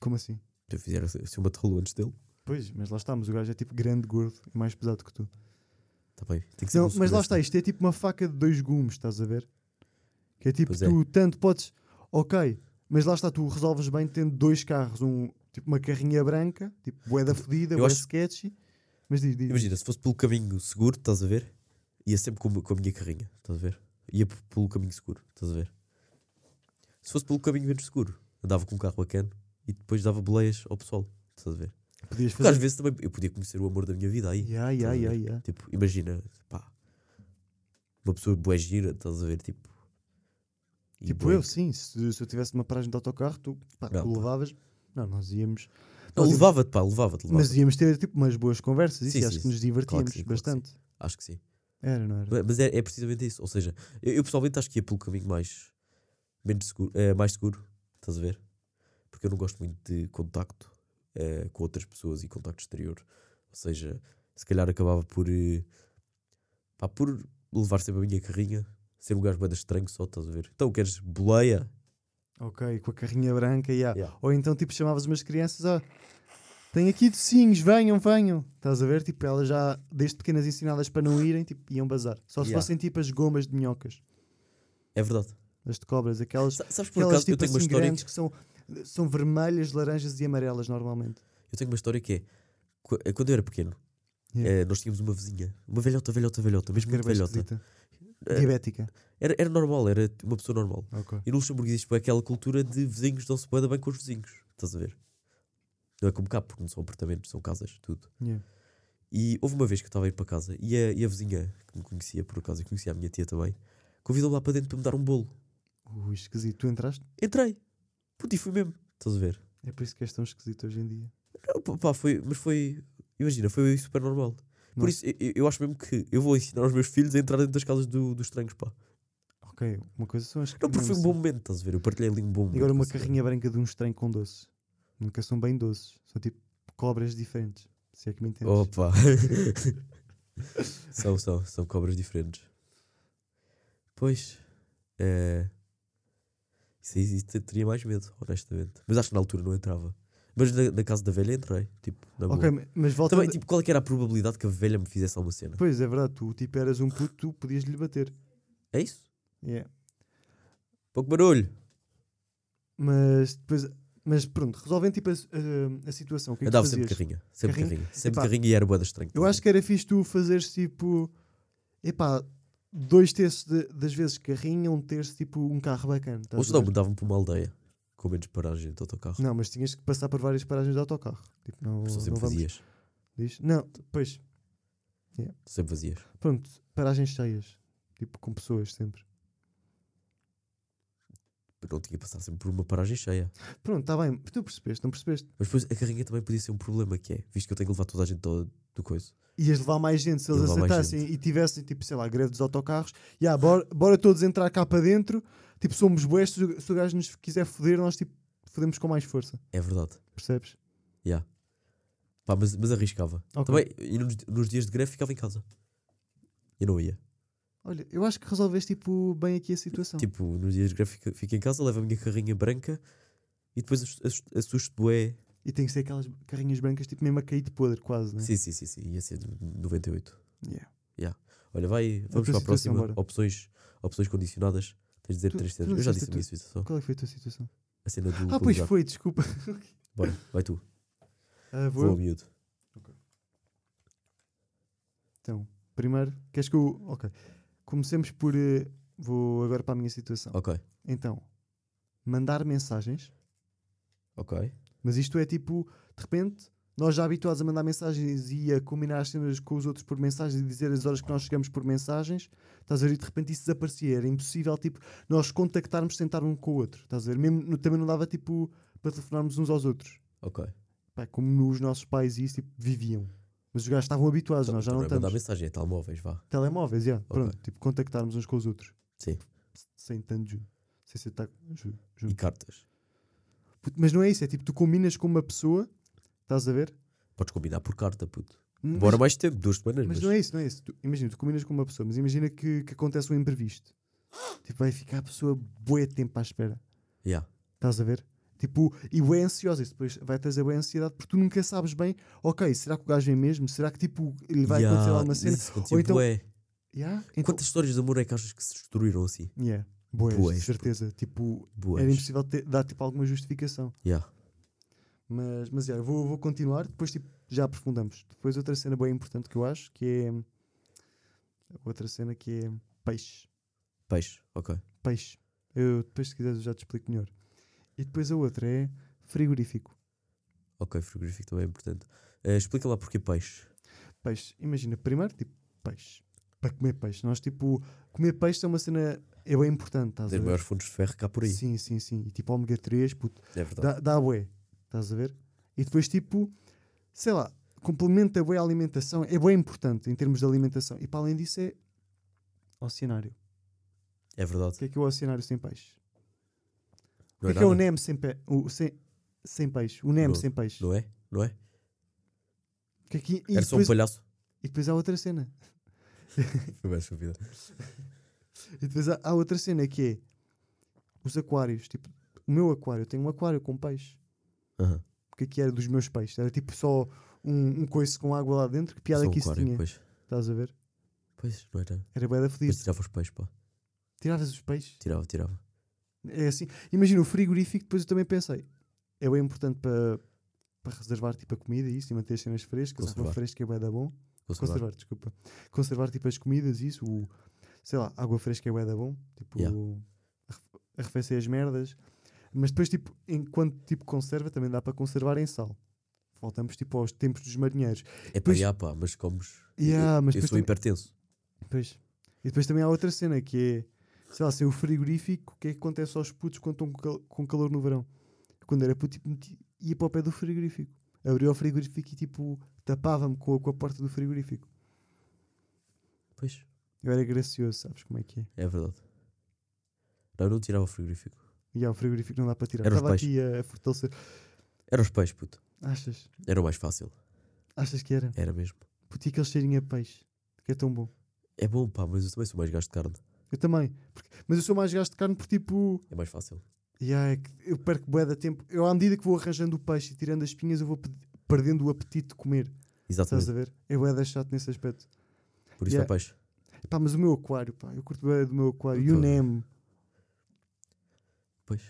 [SPEAKER 2] Como assim?
[SPEAKER 1] Se eu fizer se eu matá-lo antes dele?
[SPEAKER 2] Pois, mas lá está, mas o gajo é tipo grande, gordo e mais pesado que tu.
[SPEAKER 1] Está Tá bem. Tem que ser
[SPEAKER 2] Não,
[SPEAKER 1] com
[SPEAKER 2] mas lá está,
[SPEAKER 1] segurança.
[SPEAKER 2] isto é tipo uma faca de dois gumes, estás a ver? Que é tipo,
[SPEAKER 1] Pois é.
[SPEAKER 2] tu tanto podes, ok, mas lá está, tu resolves bem tendo dois carros, um tipo uma carrinha branca, tipo boeda fodida,
[SPEAKER 1] eu
[SPEAKER 2] boeda
[SPEAKER 1] acho-
[SPEAKER 2] sketchy, mas diz, diz.
[SPEAKER 1] Imagina, se fosse pelo caminho seguro, estás a ver? Ia sempre com, com a minha carrinha, estás a ver? Ia p- pelo caminho seguro, estás a ver? Se fosse pelo caminho menos seguro, andava com um carro bacana e depois dava boleias ao pessoal, estás a ver?
[SPEAKER 2] podias
[SPEAKER 1] Porque às
[SPEAKER 2] fazer.
[SPEAKER 1] vezes também eu podia conhecer o amor da minha vida aí.
[SPEAKER 2] Ya, ya, ya, ya.
[SPEAKER 1] Tipo, imagina, pá, uma pessoa boa gira, estás a ver? Tipo, e
[SPEAKER 2] Tipo
[SPEAKER 1] bué-
[SPEAKER 2] eu, sim, se, se eu tivesse uma paragem de autocarro, tu, pá,
[SPEAKER 1] Não,
[SPEAKER 2] tu
[SPEAKER 1] pá.
[SPEAKER 2] levavas, não, nós íamos,
[SPEAKER 1] Não,
[SPEAKER 2] nós íamos-
[SPEAKER 1] levava-te, pá, levava-te, levava
[SPEAKER 2] mas íamos ter tipo umas boas conversas, isso,
[SPEAKER 1] Sim,
[SPEAKER 2] e acho
[SPEAKER 1] sim,
[SPEAKER 2] que nos divertíamos
[SPEAKER 1] sim, claro que
[SPEAKER 2] bastante.
[SPEAKER 1] Acho que sim.
[SPEAKER 2] Era, não era?
[SPEAKER 1] Ma- Mas é, é precisamente isso. Ou seja, eu, eu pessoalmente acho que ia pelo caminho mais, menos seguro, eh, mais seguro, estás a ver? Porque eu não gosto muito de contacto eh, com outras pessoas e contacto exterior. Ou seja, se calhar acabava por, eh, pá, por levar sempre a minha carrinha, ser um gajo bem estranho só, estás a ver? Então queres boleia?
[SPEAKER 2] Ok, com a carrinha branca, yeah.
[SPEAKER 1] Yeah.
[SPEAKER 2] ou então tipo chamavas umas crianças, ó, tem aqui docinhos, venham, venham. Estás a ver? Tipo, elas já, desde pequenas ensinadas para não irem, tipo, iam bazar. Só se
[SPEAKER 1] Yeah.
[SPEAKER 2] fossem tipo as gomas de minhocas,
[SPEAKER 1] É verdade.
[SPEAKER 2] as de cobras, aquelas,
[SPEAKER 1] Sa- Sabes por
[SPEAKER 2] aquelas
[SPEAKER 1] acaso, eu
[SPEAKER 2] tipo
[SPEAKER 1] tenho
[SPEAKER 2] assim
[SPEAKER 1] uma história.
[SPEAKER 2] grandes que são, são vermelhas, laranjas e amarelas normalmente.
[SPEAKER 1] Eu tenho uma história que é qu- eh, quando eu era pequeno,
[SPEAKER 2] Yeah.
[SPEAKER 1] eh, nós tínhamos uma vizinha, uma velhota, velhota, velhota, mesmo
[SPEAKER 2] Que era
[SPEAKER 1] muito
[SPEAKER 2] bem
[SPEAKER 1] velhota. É.
[SPEAKER 2] esquisita. Diabética.
[SPEAKER 1] Era, era normal, era uma pessoa normal.
[SPEAKER 2] Ok.
[SPEAKER 1] E no Luxemburgo existe bué aquela cultura de vizinhos não se boeda bem com os vizinhos. Estás a ver? Não é como cá, porque não são apartamentos, são casas, tudo.
[SPEAKER 2] Yeah.
[SPEAKER 1] E houve uma vez que eu estava a ir para casa e a, e a vizinha, que me conhecia por acaso, e conhecia a minha tia também, convidou-me lá para dentro para me dar um bolo.
[SPEAKER 2] Ui, esquisito. Tu entraste?
[SPEAKER 1] Entrei. Puto, e fui mesmo. Estás a ver?
[SPEAKER 2] É por isso que és tão esquisito hoje em dia.
[SPEAKER 1] Não, pá, pá, foi, mas foi. Imagina, foi super normal. Por
[SPEAKER 2] Não.
[SPEAKER 1] isso, eu- eu, eu acho mesmo que eu vou ensinar aos meus filhos a entrar dentro das casas do- dos estranhos, pá.
[SPEAKER 2] Ok, uma coisa são as
[SPEAKER 1] Não, porque foi um bom momento, estás a ver? Eu partilhei ali um bom momento.
[SPEAKER 2] E agora
[SPEAKER 1] com
[SPEAKER 2] uma
[SPEAKER 1] esse-
[SPEAKER 2] carrinha branca de um estranho com doces. Nunca são bem doces. São tipo cobras diferentes. Se é que me entendes.
[SPEAKER 1] Opa! são, são, são cobras diferentes. Pois. É... Isso aí isso eu teria mais medo, honestamente. Mas acho que na altura não entrava. Mas na, na casa da velha entrei. Tipo, na boa.
[SPEAKER 2] ok, mas volta.
[SPEAKER 1] Também, tipo, qual é que era a probabilidade que a velha me fizesse alguma cena?
[SPEAKER 2] Pois é verdade, tu tipo eras um puto, tu podias lhe bater.
[SPEAKER 1] É isso?
[SPEAKER 2] Yeah.
[SPEAKER 1] Pouco barulho.
[SPEAKER 2] é Mas depois. Mas pronto, resolvendo tipo a, a- a situação. O que é que tu
[SPEAKER 1] Andava sempre de
[SPEAKER 2] fazias?
[SPEAKER 1] carrinha. Sempre de
[SPEAKER 2] Carrinha?
[SPEAKER 1] carrinha. Sempre de
[SPEAKER 2] Epá,
[SPEAKER 1] carrinha e era boeda estranha.
[SPEAKER 2] Eu acho que era fixe tu fazeres tipo. Epá, dois terços de- das vezes carrinha, um terço tipo um carro bacana. estás
[SPEAKER 1] Ou
[SPEAKER 2] a
[SPEAKER 1] se não,
[SPEAKER 2] ver?
[SPEAKER 1] mudavam para uma aldeia. Com menos paragem de autocarro.
[SPEAKER 2] Não, mas tinhas que passar por várias paragens de autocarro. Tipo, não,
[SPEAKER 1] Só
[SPEAKER 2] não
[SPEAKER 1] sempre
[SPEAKER 2] vamos.
[SPEAKER 1] vazias.
[SPEAKER 2] Diz? Não, pois.
[SPEAKER 1] Sempre vazias.
[SPEAKER 2] Pronto, paragens cheias. Tipo, com pessoas sempre.
[SPEAKER 1] Eu Não tinha que passar sempre por uma paragem cheia.
[SPEAKER 2] Pronto, está bem. Tu percebeste, não percebeste?
[SPEAKER 1] Mas depois a carrinha também podia ser um problema, que é, visto que eu tenho que levar toda a gente toda do coisa.
[SPEAKER 2] Ias levar mais gente se
[SPEAKER 1] Ia
[SPEAKER 2] eles
[SPEAKER 1] levar mais
[SPEAKER 2] aceitassem e tivessem, tipo, sei lá, greve dos autocarros. Ya, bora, bora todos entrar cá para dentro. Tipo, somos boés. Se o se o gajo nos quiser foder, nós, tipo, fodemos com mais força.
[SPEAKER 1] É verdade.
[SPEAKER 2] Percebes?
[SPEAKER 1] Pá, mas, mas arriscava.
[SPEAKER 2] Ok.
[SPEAKER 1] Também, e nos, nos dias de greve ficava em casa. Eu não ia.
[SPEAKER 2] Olha, eu acho que resolveste, tipo, bem aqui a situação.
[SPEAKER 1] Tipo, nos dias de greve fico, fico em casa, levo a minha carrinha branca e depois assu- assu- assusto bué.
[SPEAKER 2] E tem que ser aquelas carrinhas brancas, tipo, mesmo a cair de podre, quase, né?
[SPEAKER 1] Sim, sim, sim, sim. Ia ser de 98.
[SPEAKER 2] Yeah.
[SPEAKER 1] Olha, vai, vamos
[SPEAKER 2] tua
[SPEAKER 1] para a
[SPEAKER 2] situação,
[SPEAKER 1] próxima.
[SPEAKER 2] bora.
[SPEAKER 1] Opções, opções condicionadas. Tens de dizer
[SPEAKER 2] Tu-
[SPEAKER 1] três
[SPEAKER 2] tu
[SPEAKER 1] cenas. Eu já
[SPEAKER 2] disseste
[SPEAKER 1] disse a minha
[SPEAKER 2] a
[SPEAKER 1] situação.
[SPEAKER 2] Qual é que foi a tua situação?
[SPEAKER 1] A cena do
[SPEAKER 2] Ah, pois
[SPEAKER 1] localizar.
[SPEAKER 2] foi, desculpa.
[SPEAKER 1] Bora, vai tu.
[SPEAKER 2] Ah, vou
[SPEAKER 1] Vou
[SPEAKER 2] eu?
[SPEAKER 1] ao miúdo.
[SPEAKER 2] Então, primeiro, queres que eu. Ok. Comecemos por. eh, vou agora para a minha situação.
[SPEAKER 1] Ok,
[SPEAKER 2] Então, mandar mensagens.
[SPEAKER 1] ok.
[SPEAKER 2] Mas isto é tipo, de repente, nós já habituados a mandar mensagens e a combinar as cenas com os outros por mensagens e dizer as horas que nós chegamos por mensagens. Estás a ver? E de repente isso desaparecia. Era impossível, tipo, nós contactarmos, sentar um com o outro. Estás a ver? Mesmo, no- também não dava, tipo, para telefonarmos uns aos outros.
[SPEAKER 1] Ok.
[SPEAKER 2] Pá, como os nossos pais e isso, tipo, viviam. Mas os gajos estavam habituados,
[SPEAKER 1] Então-
[SPEAKER 2] nós já
[SPEAKER 1] então é
[SPEAKER 2] não
[SPEAKER 1] mandar
[SPEAKER 2] estamos.
[SPEAKER 1] mensagem, é telemóveis, vá.
[SPEAKER 2] Telemóveis, já. Pronto,
[SPEAKER 1] Ok.
[SPEAKER 2] tipo, contactarmos uns com os outros.
[SPEAKER 1] Sim.
[SPEAKER 2] Sem tanto ju- sem ser tá- ju-
[SPEAKER 1] E
[SPEAKER 2] junto.
[SPEAKER 1] cartas.
[SPEAKER 2] Puto, Mas não é isso, é tipo, tu combinas com uma pessoa, estás a ver?
[SPEAKER 1] Podes combinar por carta, puto.
[SPEAKER 2] Mas-
[SPEAKER 1] Bora mais tempo, duas semanas.
[SPEAKER 2] Mas não é isso, não é isso. Tu- imagina, tu combinas com uma pessoa, mas imagina que, que acontece um imprevisto. Tipo, vai ficar a pessoa bué de tempo à espera.
[SPEAKER 1] Yeah.
[SPEAKER 2] Estás a ver? Tipo, e bué ansiosa. Isso depois vai trazer bué ansiedade porque tu nunca sabes bem, ok, será que o gajo vem mesmo? Será que tipo, lhe vai
[SPEAKER 1] Yeah,
[SPEAKER 2] acontecer alguma cena?
[SPEAKER 1] Isso aconteceu,
[SPEAKER 2] Ou então-
[SPEAKER 1] bué.
[SPEAKER 2] Yeah? Então,
[SPEAKER 1] Quantas histórias de amor é que achas que se destruíram assim?
[SPEAKER 2] yeah. Boas,
[SPEAKER 1] Bués,
[SPEAKER 2] de certeza. Tipo,
[SPEAKER 1] Boas.
[SPEAKER 2] era impossível ter- dar tipo alguma justificação.
[SPEAKER 1] Yeah.
[SPEAKER 2] Mas, mas yeah, eu vou, vou continuar, depois tipo, já aprofundamos. Depois outra cena bem importante que eu acho, que é... Outra cena que é peixe.
[SPEAKER 1] Peixe, ok.
[SPEAKER 2] peixe. Eu, depois, se quiseres, eu já te explico melhor. E depois a outra é frigorífico.
[SPEAKER 1] Ok, frigorífico também é importante. Eh, explica lá porque peixe.
[SPEAKER 2] Peixe. Imagina, primeiro, tipo, peixe. Para comer peixe. Nós, tipo, comer peixe é uma cena. É bem importante, estás a
[SPEAKER 1] Tem
[SPEAKER 2] ver?
[SPEAKER 1] maiores fontes de ferro cá por aí.
[SPEAKER 2] Sim, sim, sim. E tipo, ômega 3, puto,
[SPEAKER 1] É verdade.
[SPEAKER 2] dá, dá bué. Estás a ver? E depois, tipo, sei lá, complementa bué a alimentação. É bem importante em termos de alimentação. E para além disso, é oceanário.
[SPEAKER 1] É
[SPEAKER 2] O
[SPEAKER 1] verdade.
[SPEAKER 2] que é que é o oceanário sem peixe?
[SPEAKER 1] Não
[SPEAKER 2] O que
[SPEAKER 1] é,
[SPEAKER 2] é, que é o
[SPEAKER 1] nada.
[SPEAKER 2] NEM sem, pe... o, sem... sem peixe? O NEM
[SPEAKER 1] Não-
[SPEAKER 2] sem peixe.
[SPEAKER 1] Não é? Não é?
[SPEAKER 2] O que é que- e
[SPEAKER 1] Era só um
[SPEAKER 2] depois-
[SPEAKER 1] palhaço.
[SPEAKER 2] E depois há outra cena.
[SPEAKER 1] Foi bem estúpida.
[SPEAKER 2] E depois há, há outra cena que é os aquários. Tipo, o meu aquário, eu tenho um aquário com peixe.
[SPEAKER 1] Aham.
[SPEAKER 2] O que é que era dos meus peixes? Era tipo só um, um coice com água lá dentro. Que piada
[SPEAKER 1] Só um
[SPEAKER 2] que isso
[SPEAKER 1] aquário,
[SPEAKER 2] tinha?
[SPEAKER 1] Pois. pois,
[SPEAKER 2] Estás a ver?
[SPEAKER 1] não era.
[SPEAKER 2] Era bué da
[SPEAKER 1] Depois
[SPEAKER 2] feliz.
[SPEAKER 1] tirava os peixes, pá.
[SPEAKER 2] Tiravas os peixes.
[SPEAKER 1] Tirava, tirava.
[SPEAKER 2] É assim. Imagina o frigorífico. Depois eu também pensei. É bem importante para para reservar tipo a comida e isso e manter as cenas frescas. A água
[SPEAKER 1] Conservar.
[SPEAKER 2] fresca é bué da bom.
[SPEAKER 1] Conservar.
[SPEAKER 2] Conservar, desculpa. Conservar tipo as comidas e isso. o- sei lá, água fresca é bué da bom, tipo,
[SPEAKER 1] Yeah.
[SPEAKER 2] arre- arrefecer as merdas, mas depois, tipo, enquanto tipo conserva, também dá para conservar em sal. Voltamos, tipo, aos tempos dos marinheiros.
[SPEAKER 1] É pá,
[SPEAKER 2] Pois-
[SPEAKER 1] yeah, pá, mas comes.
[SPEAKER 2] Yeah,
[SPEAKER 1] eu
[SPEAKER 2] mas
[SPEAKER 1] eu
[SPEAKER 2] depois
[SPEAKER 1] sou
[SPEAKER 2] também-
[SPEAKER 1] hipertenso.
[SPEAKER 2] Pois. E depois também há outra cena que é, sei lá, sem o frigorífico, o que é que acontece aos putos quando estão com, cal- com calor no verão? Quando era puto, tipo, meti- ia para o pé do frigorífico. Abria o frigorífico e tipo, tapava-me com a, com a porta do frigorífico.
[SPEAKER 1] Pois,
[SPEAKER 2] Eu era gracioso, sabes como é que é?
[SPEAKER 1] é verdade. Não, eu não tirava o frigorífico.
[SPEAKER 2] E há o frigorífico não dá para tirar.
[SPEAKER 1] Era os
[SPEAKER 2] Estava aqui a, a fortalecer.
[SPEAKER 1] Era os peixes, puto.
[SPEAKER 2] Achas?
[SPEAKER 1] Era o mais fácil.
[SPEAKER 2] Achas que era?
[SPEAKER 1] Era mesmo.
[SPEAKER 2] Puto, e aquele cheirinho a peixe, que é tão bom.
[SPEAKER 1] É bom, pá, mas eu também sou mais gasto de carne.
[SPEAKER 2] Eu também. Porque- mas eu sou mais gasto de carne porque tipo,
[SPEAKER 1] É mais fácil.
[SPEAKER 2] Ya, é que eu perco bué da tempo. Eu, à medida que vou arranjando o peixe e tirando as espinhas, eu vou pe- perdendo o apetite de comer. Estás
[SPEAKER 1] Exatamente.
[SPEAKER 2] a ver? É bué da chato nesse aspecto.
[SPEAKER 1] Por isso
[SPEAKER 2] Yeah.
[SPEAKER 1] é peixe.
[SPEAKER 2] Pá, mas o meu aquário, pá, eu curto bué do meu aquário. E
[SPEAKER 1] Pô.
[SPEAKER 2] o Nemo.
[SPEAKER 1] Pois.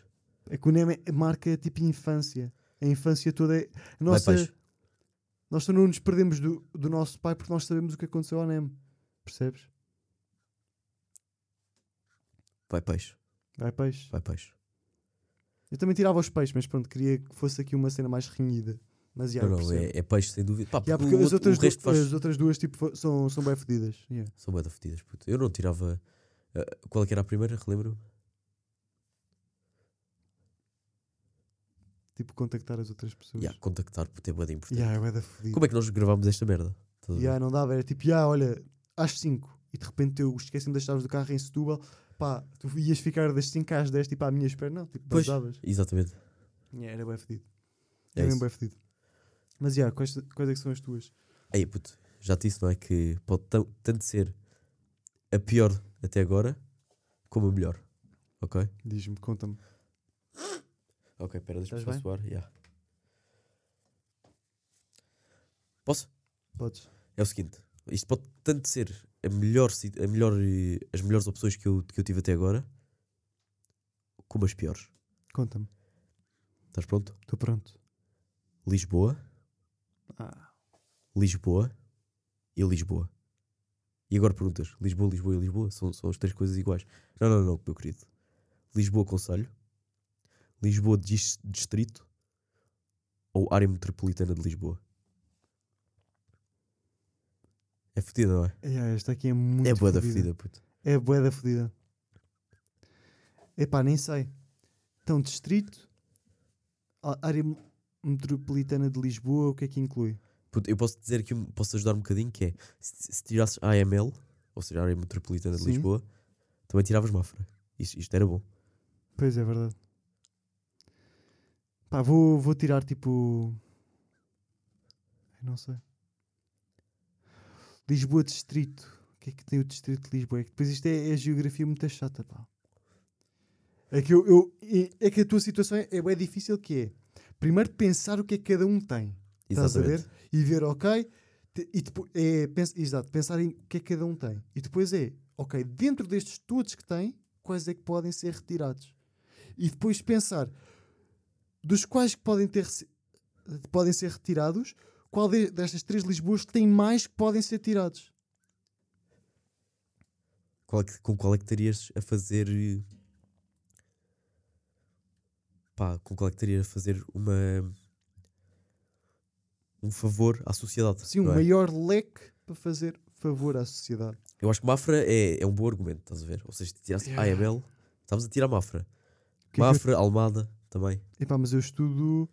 [SPEAKER 2] É que o Nemo é- marca tipo infância. A infância toda é. A
[SPEAKER 1] Vai
[SPEAKER 2] nossa,
[SPEAKER 1] peixe.
[SPEAKER 2] nós só não nos perdemos do, do nosso pai porque nós sabemos o que aconteceu ao Nemo. Percebes?
[SPEAKER 1] Vai peixe.
[SPEAKER 2] Vai peixe.
[SPEAKER 1] Vai peixe.
[SPEAKER 2] Eu também tirava os peixes, mas pronto, queria que fosse aqui uma cena mais renhida. Mas já,
[SPEAKER 1] não,
[SPEAKER 2] eu
[SPEAKER 1] não,
[SPEAKER 2] percebo.
[SPEAKER 1] é, é peixe sem dúvida. Pá,
[SPEAKER 2] Ya,
[SPEAKER 1] porque
[SPEAKER 2] porque
[SPEAKER 1] o,
[SPEAKER 2] as
[SPEAKER 1] outro-
[SPEAKER 2] outras,
[SPEAKER 1] o
[SPEAKER 2] du-
[SPEAKER 1] resto faz.
[SPEAKER 2] as outras duas tipo, fo- são, são bem fodidas. Ya.
[SPEAKER 1] São bem fedidas, puto. Eu não tirava. eh, qual é que era a primeira? Relembro?
[SPEAKER 2] Tipo, contactar as outras pessoas.
[SPEAKER 1] Yeah, contactar, puto, é bué de importante.
[SPEAKER 2] Yeah, é da fodida.
[SPEAKER 1] Como é que nós gravámos esta merda? Estás a ver?
[SPEAKER 2] Yeah, não dava, era tipo, yeah, olha, às 5 e de repente eu esqueci-me das chaves do carro em Setúbal, pá, tu ias ficar das 5 às 10 tipo à minha espera, não, tipo,
[SPEAKER 1] Pois.
[SPEAKER 2] basavas.
[SPEAKER 1] Exatamente.
[SPEAKER 2] Yeah, era bem fedido.
[SPEAKER 1] É
[SPEAKER 2] era
[SPEAKER 1] isso.
[SPEAKER 2] mesmo bem fedido. Mas yeah, quais, quais é que são as tuas?
[SPEAKER 1] Aí, puto, já te disse, não é? Que pode tão- tanto ser a pior até agora, como a melhor. Ok?
[SPEAKER 2] Diz-me, conta-me.
[SPEAKER 1] Ok, pera, deixa-me só
[SPEAKER 2] Estás
[SPEAKER 1] suar. yeah. Posso?
[SPEAKER 2] Podes.
[SPEAKER 1] É o seguinte: isto pode tanto ser a melhor, si- a melhor, eh, as melhores opções que eu, que eu tive até agora, como as piores.
[SPEAKER 2] Conta-me.
[SPEAKER 1] Estás pronto?
[SPEAKER 2] Estou pronto.
[SPEAKER 1] Lisboa,
[SPEAKER 2] Ah.
[SPEAKER 1] Lisboa e Lisboa. E agora perguntas: Lisboa, Lisboa e Lisboa? São, são as três coisas iguais. Não, não, não, meu querido. Lisboa, Conselho, Lisboa, dis- Distrito ou Área Metropolitana de Lisboa? É fodida, não é?
[SPEAKER 2] Yeah, esta aqui é muito
[SPEAKER 1] é boa da
[SPEAKER 2] fodida.
[SPEAKER 1] fodida, puto.
[SPEAKER 2] É bué da fodida. Epá, nem sei. Então, distrito, a- área m- metropolitana de Lisboa, o que é que inclui?
[SPEAKER 1] Puto, eu posso dizer que posso ajudar um bocadinho que é se, se tirasses AML, ou seja, a área metropolitana de
[SPEAKER 2] Sim.
[SPEAKER 1] Lisboa, também tiravas Mafra. Isto, isto era bom.
[SPEAKER 2] Pois é, verdade. Pá, vou, vou tirar tipo. Eu não sei. Lisboa Distrito. O que é que tem o Distrito de Lisboa? É que depois isto é, é geografia muito chata, pá. É que, eu, eu- é- é que a tua situação é, é bué difícil que é. Primeiro pensar o que é que cada um tem. Estás a ver? E ver, ok. te- E depois, é, pens- exato, pensar em o que é que cada um tem. E depois é, ok, dentro destes todos que têm, quais é que podem ser retirados? E depois pensar, dos quais que podem, ter, rece- podem ser retirados, qual de- destas três Lisboas tem mais que podem ser tirados?
[SPEAKER 1] Qual é que- com qual é que estarias a fazer. eh, Pá, com qual é que estarias a fazer uma. Um favor à sociedade.
[SPEAKER 2] Sim, um o
[SPEAKER 1] não é?
[SPEAKER 2] Assim, maior leque para fazer favor à sociedade.
[SPEAKER 1] Eu acho que Mafra é, é um bom argumento, estás a ver? Ou seja, se tirasses
[SPEAKER 2] Yeah.
[SPEAKER 1] AML, estávamos a tirar Mafra.
[SPEAKER 2] O que é que eu-
[SPEAKER 1] Mafra, Almada também.
[SPEAKER 2] Epá, mas eu estudo,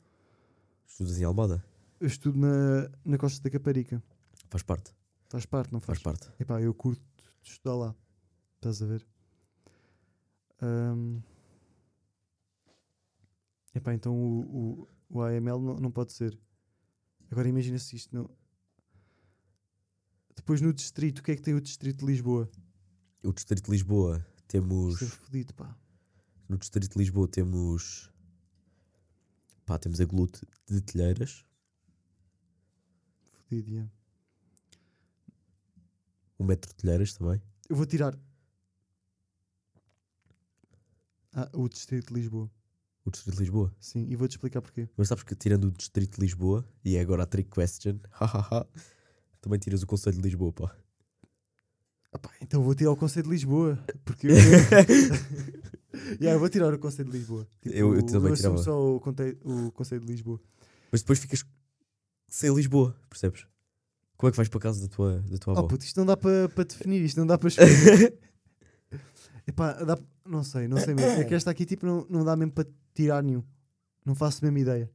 [SPEAKER 1] Estudas em Almada?
[SPEAKER 2] eu estudo na, na Costa da Caparica.
[SPEAKER 1] Faz parte,
[SPEAKER 2] Faz parte, não
[SPEAKER 1] faz
[SPEAKER 2] faz?
[SPEAKER 1] parte.
[SPEAKER 2] Epá, eu curto de estudar lá. Estás a ver? Ahm. Epá, então o, o, o AML não, não pode ser. Agora imagina se isto não. Depois no distrito, o que é que tem o distrito de Lisboa?
[SPEAKER 1] O Distrito de Lisboa temos.
[SPEAKER 2] Isto é fodido, pá.
[SPEAKER 1] No Distrito de Lisboa temos. Pá, temos a Glute de Telheiras,
[SPEAKER 2] Fodido, yeah.
[SPEAKER 1] o um Metro de Telheiras também.
[SPEAKER 2] Eu vou tirar. Ah, o distrito de Lisboa.
[SPEAKER 1] O Distrito de Lisboa.
[SPEAKER 2] Sim, e vou-te explicar porquê.
[SPEAKER 1] Mas sabes que tirando o Distrito de Lisboa, e é agora a trick question, hahaha, também tiras o Conselho de Lisboa, pá.
[SPEAKER 2] Epá, então vou tirar o Conselho de Lisboa. Porque eu. yeah, eu vou tirar o Conselho de Lisboa.
[SPEAKER 1] Eu- eu também
[SPEAKER 2] assumo
[SPEAKER 1] tirava.
[SPEAKER 2] só o, conte- o Conselho de Lisboa.
[SPEAKER 1] Mas depois ficas sem Lisboa, percebes? Como é que vais para casa da tua, da tua
[SPEAKER 2] Oh,
[SPEAKER 1] avó?
[SPEAKER 2] puto, isto não dá para definir, isto não dá para escrever. Epá, dá pa- não sei, não sei mesmo. É que esta aqui tipo, não, não dá mesmo para tirar nenhum. Não faço mesmo ideia.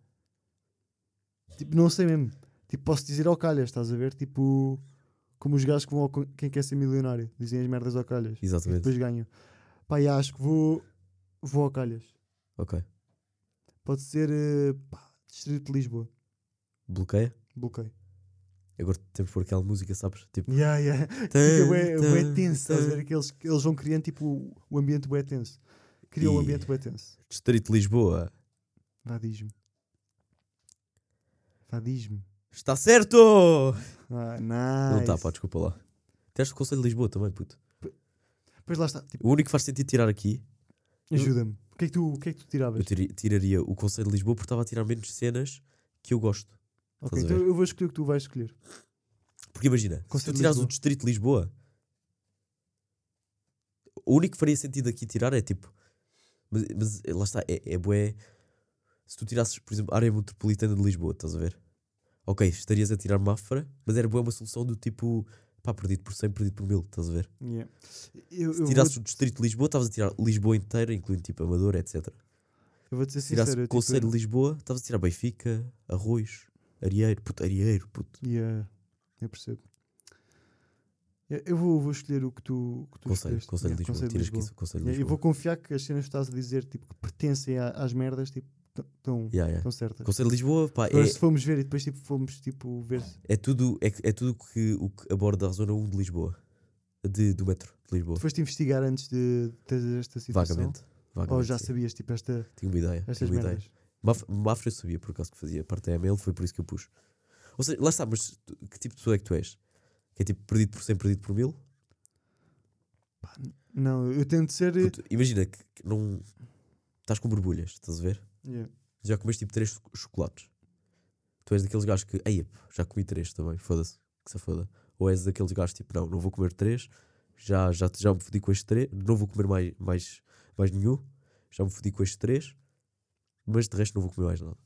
[SPEAKER 2] Tipo, não sei mesmo. Tipo, posso dizer ao calhas, estás a ver? Tipo, como os gajos que vão ao con- quem quer ser milionário, dizem as merdas ao calhas.
[SPEAKER 1] Exatamente.
[SPEAKER 2] Depois ganham. Pá, e acho que vou, vou ao calhas.
[SPEAKER 1] Ok.
[SPEAKER 2] Pode ser eh, pá, Distrito de Lisboa.
[SPEAKER 1] Bloqueia.
[SPEAKER 2] Bloqueio.
[SPEAKER 1] Agora temos por aquela música, sabes? Tipo.
[SPEAKER 2] Yeah, yeah. Fica bué, bué tenso, estás a ver? Que eles, que eles vão criando tipo o- o ambiente bué tenso. Criam o
[SPEAKER 1] E-
[SPEAKER 2] ambiente bué tenso.
[SPEAKER 1] Distrito de Lisboa.
[SPEAKER 2] Vá, diz-me. Vá, diz-me.
[SPEAKER 1] Está certo!
[SPEAKER 2] Ah,
[SPEAKER 1] Não
[SPEAKER 2] nice.
[SPEAKER 1] está, pá, desculpa lá. Teste o Conselho de Lisboa também, puto.
[SPEAKER 2] Pois lá está. Tipo,
[SPEAKER 1] O único que faz sentido tirar aqui, Eu-
[SPEAKER 2] ajuda-me. O que é que tu, o que é que tu
[SPEAKER 1] eu
[SPEAKER 2] tiravas?
[SPEAKER 1] tiri- tiraria o Conselho de Lisboa porque estava a tirar menos cenas que eu gosto.
[SPEAKER 2] Ok,
[SPEAKER 1] estás a
[SPEAKER 2] então
[SPEAKER 1] ver?
[SPEAKER 2] eu vou escolher o que tu vais escolher.
[SPEAKER 1] Porque imagina, se
[SPEAKER 2] Conselho
[SPEAKER 1] tu
[SPEAKER 2] de
[SPEAKER 1] tirares o
[SPEAKER 2] Lisboa.
[SPEAKER 1] Distrito de Lisboa, o único que faria sentido aqui tirar é tipo. Mas, mas lá está, é, é bué. Se tu tirasses, por exemplo, a área metropolitana de Lisboa, estás a ver? Ok, estarias a tirar Mafra, mas era bué uma solução do tipo. Pá, perdido por 100, perdido por 1000, estás a ver?
[SPEAKER 2] Yeah. Eu,
[SPEAKER 1] Se
[SPEAKER 2] eu,
[SPEAKER 1] tirasses
[SPEAKER 2] vou,
[SPEAKER 1] o Distrito de Lisboa, estavas a tirar Lisboa inteira, incluindo tipo Amador, etc.
[SPEAKER 2] eu vou-te ser
[SPEAKER 1] Se tirasses
[SPEAKER 2] sincero. eu, tipo,
[SPEAKER 1] Conselho de Lisboa, estavas a tirar Benfica, Arroios, Arieiro, puto, Arieiro, puto.
[SPEAKER 2] Yeah, eu percebo. Yeah, Eu vou, vou escolher o que tu, que tu
[SPEAKER 1] Conselho,
[SPEAKER 2] escolheste.
[SPEAKER 1] Conselho
[SPEAKER 2] Yeah,
[SPEAKER 1] de Lisboa,
[SPEAKER 2] Conselho de
[SPEAKER 1] tiras aqui
[SPEAKER 2] Lisboa.
[SPEAKER 1] isso, Conselho de
[SPEAKER 2] Yeah, eu vou
[SPEAKER 1] Lisboa.
[SPEAKER 2] confiar que as cenas que estás a dizer tipo, que pertencem a- às merdas tipo, estão
[SPEAKER 1] Yeah, yeah.
[SPEAKER 2] certas.
[SPEAKER 1] Conselho de Lisboa, pá,
[SPEAKER 2] Agora,
[SPEAKER 1] é-
[SPEAKER 2] se fomos ver e depois tipo, fomos tipo, ver. se-
[SPEAKER 1] É tudo, é, que- é tudo que, o que aborda a zona 1 de Lisboa. De, do metro de Lisboa.
[SPEAKER 2] Tu foste investigar antes de ter esta situação?
[SPEAKER 1] Vagamente. vagamente
[SPEAKER 2] Ou já
[SPEAKER 1] sim.
[SPEAKER 2] sabias tipo, esta,
[SPEAKER 1] Tinha uma ideia.
[SPEAKER 2] estas
[SPEAKER 1] Tinha uma ideia.
[SPEAKER 2] merdas?
[SPEAKER 1] Maf- Mafra eu sabia por acaso que fazia parte da ML, foi por isso que eu pus. Ou seja, lá está, mas tu- que tipo de pessoa é que tu és? Que é tipo perdido por 100, perdido por 1000?
[SPEAKER 2] Eh, Não, eu tento ser. eh,
[SPEAKER 1] Puto, Imagina que, que não. Estás com borbulhas, estás a ver?
[SPEAKER 2] Yeah.
[SPEAKER 1] Já comeste tipo 3 chocolates. Tu és daqueles gajos que. Ei, já comi 3 também, foda-se, que se foda. Ou és daqueles gajos tipo, não, não vou comer 3, já, já, já me fodi com estes 3, não vou comer mais, mais, mais nenhum, já me fodi com estes 3, mas de resto não vou comer mais nada.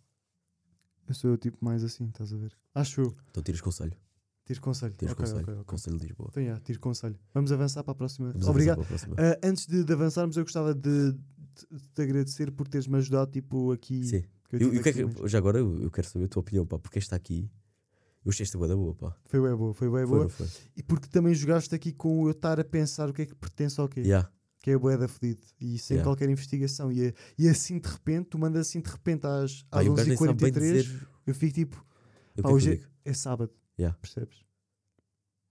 [SPEAKER 2] Eu sou tipo mais assim, estás a ver? Acho eu.
[SPEAKER 1] Então tiras conselho,
[SPEAKER 2] Tiro conselho.
[SPEAKER 1] tiras
[SPEAKER 2] Ok,
[SPEAKER 1] conselho,
[SPEAKER 2] ok, ok.
[SPEAKER 1] conselho de Lisboa.
[SPEAKER 2] Então, yeah, tiro conselho. Vamos avançar para a próxima.
[SPEAKER 1] Vamos avançar
[SPEAKER 2] Obrigado.
[SPEAKER 1] para a próxima.
[SPEAKER 2] Ah, antes de, de avançarmos, eu gostava de, de- de te agradecer por teres me ajudado, tipo, aqui.
[SPEAKER 1] Sim.
[SPEAKER 2] que eu
[SPEAKER 1] Eu-
[SPEAKER 2] tive
[SPEAKER 1] é eu quero-
[SPEAKER 2] aqui mais.
[SPEAKER 1] já agora eu, eu quero saber a tua opinião, pá, porque esta aqui. Eu achei esta boa da boa, pá.
[SPEAKER 2] Foi bem boa, foi bem
[SPEAKER 1] Foi,
[SPEAKER 2] É boa.
[SPEAKER 1] não foi?
[SPEAKER 2] E porque também jogaste aqui com o eu estar a pensar o que é que pertence ao quê.
[SPEAKER 1] Yeah.
[SPEAKER 2] Que é a boeda fodido. E sem
[SPEAKER 1] Yeah.
[SPEAKER 2] qualquer investigação. E, é- e assim de repente, tu mandas assim de repente às,
[SPEAKER 1] Pá,
[SPEAKER 2] às
[SPEAKER 1] e o gajo nem sabe bem
[SPEAKER 2] 11h43,
[SPEAKER 1] dizer.
[SPEAKER 2] eu fico tipo,
[SPEAKER 1] Eu
[SPEAKER 2] pá,
[SPEAKER 1] que é que eu
[SPEAKER 2] hoje
[SPEAKER 1] digo?
[SPEAKER 2] é, é sábado.
[SPEAKER 1] Yeah.
[SPEAKER 2] Percebes?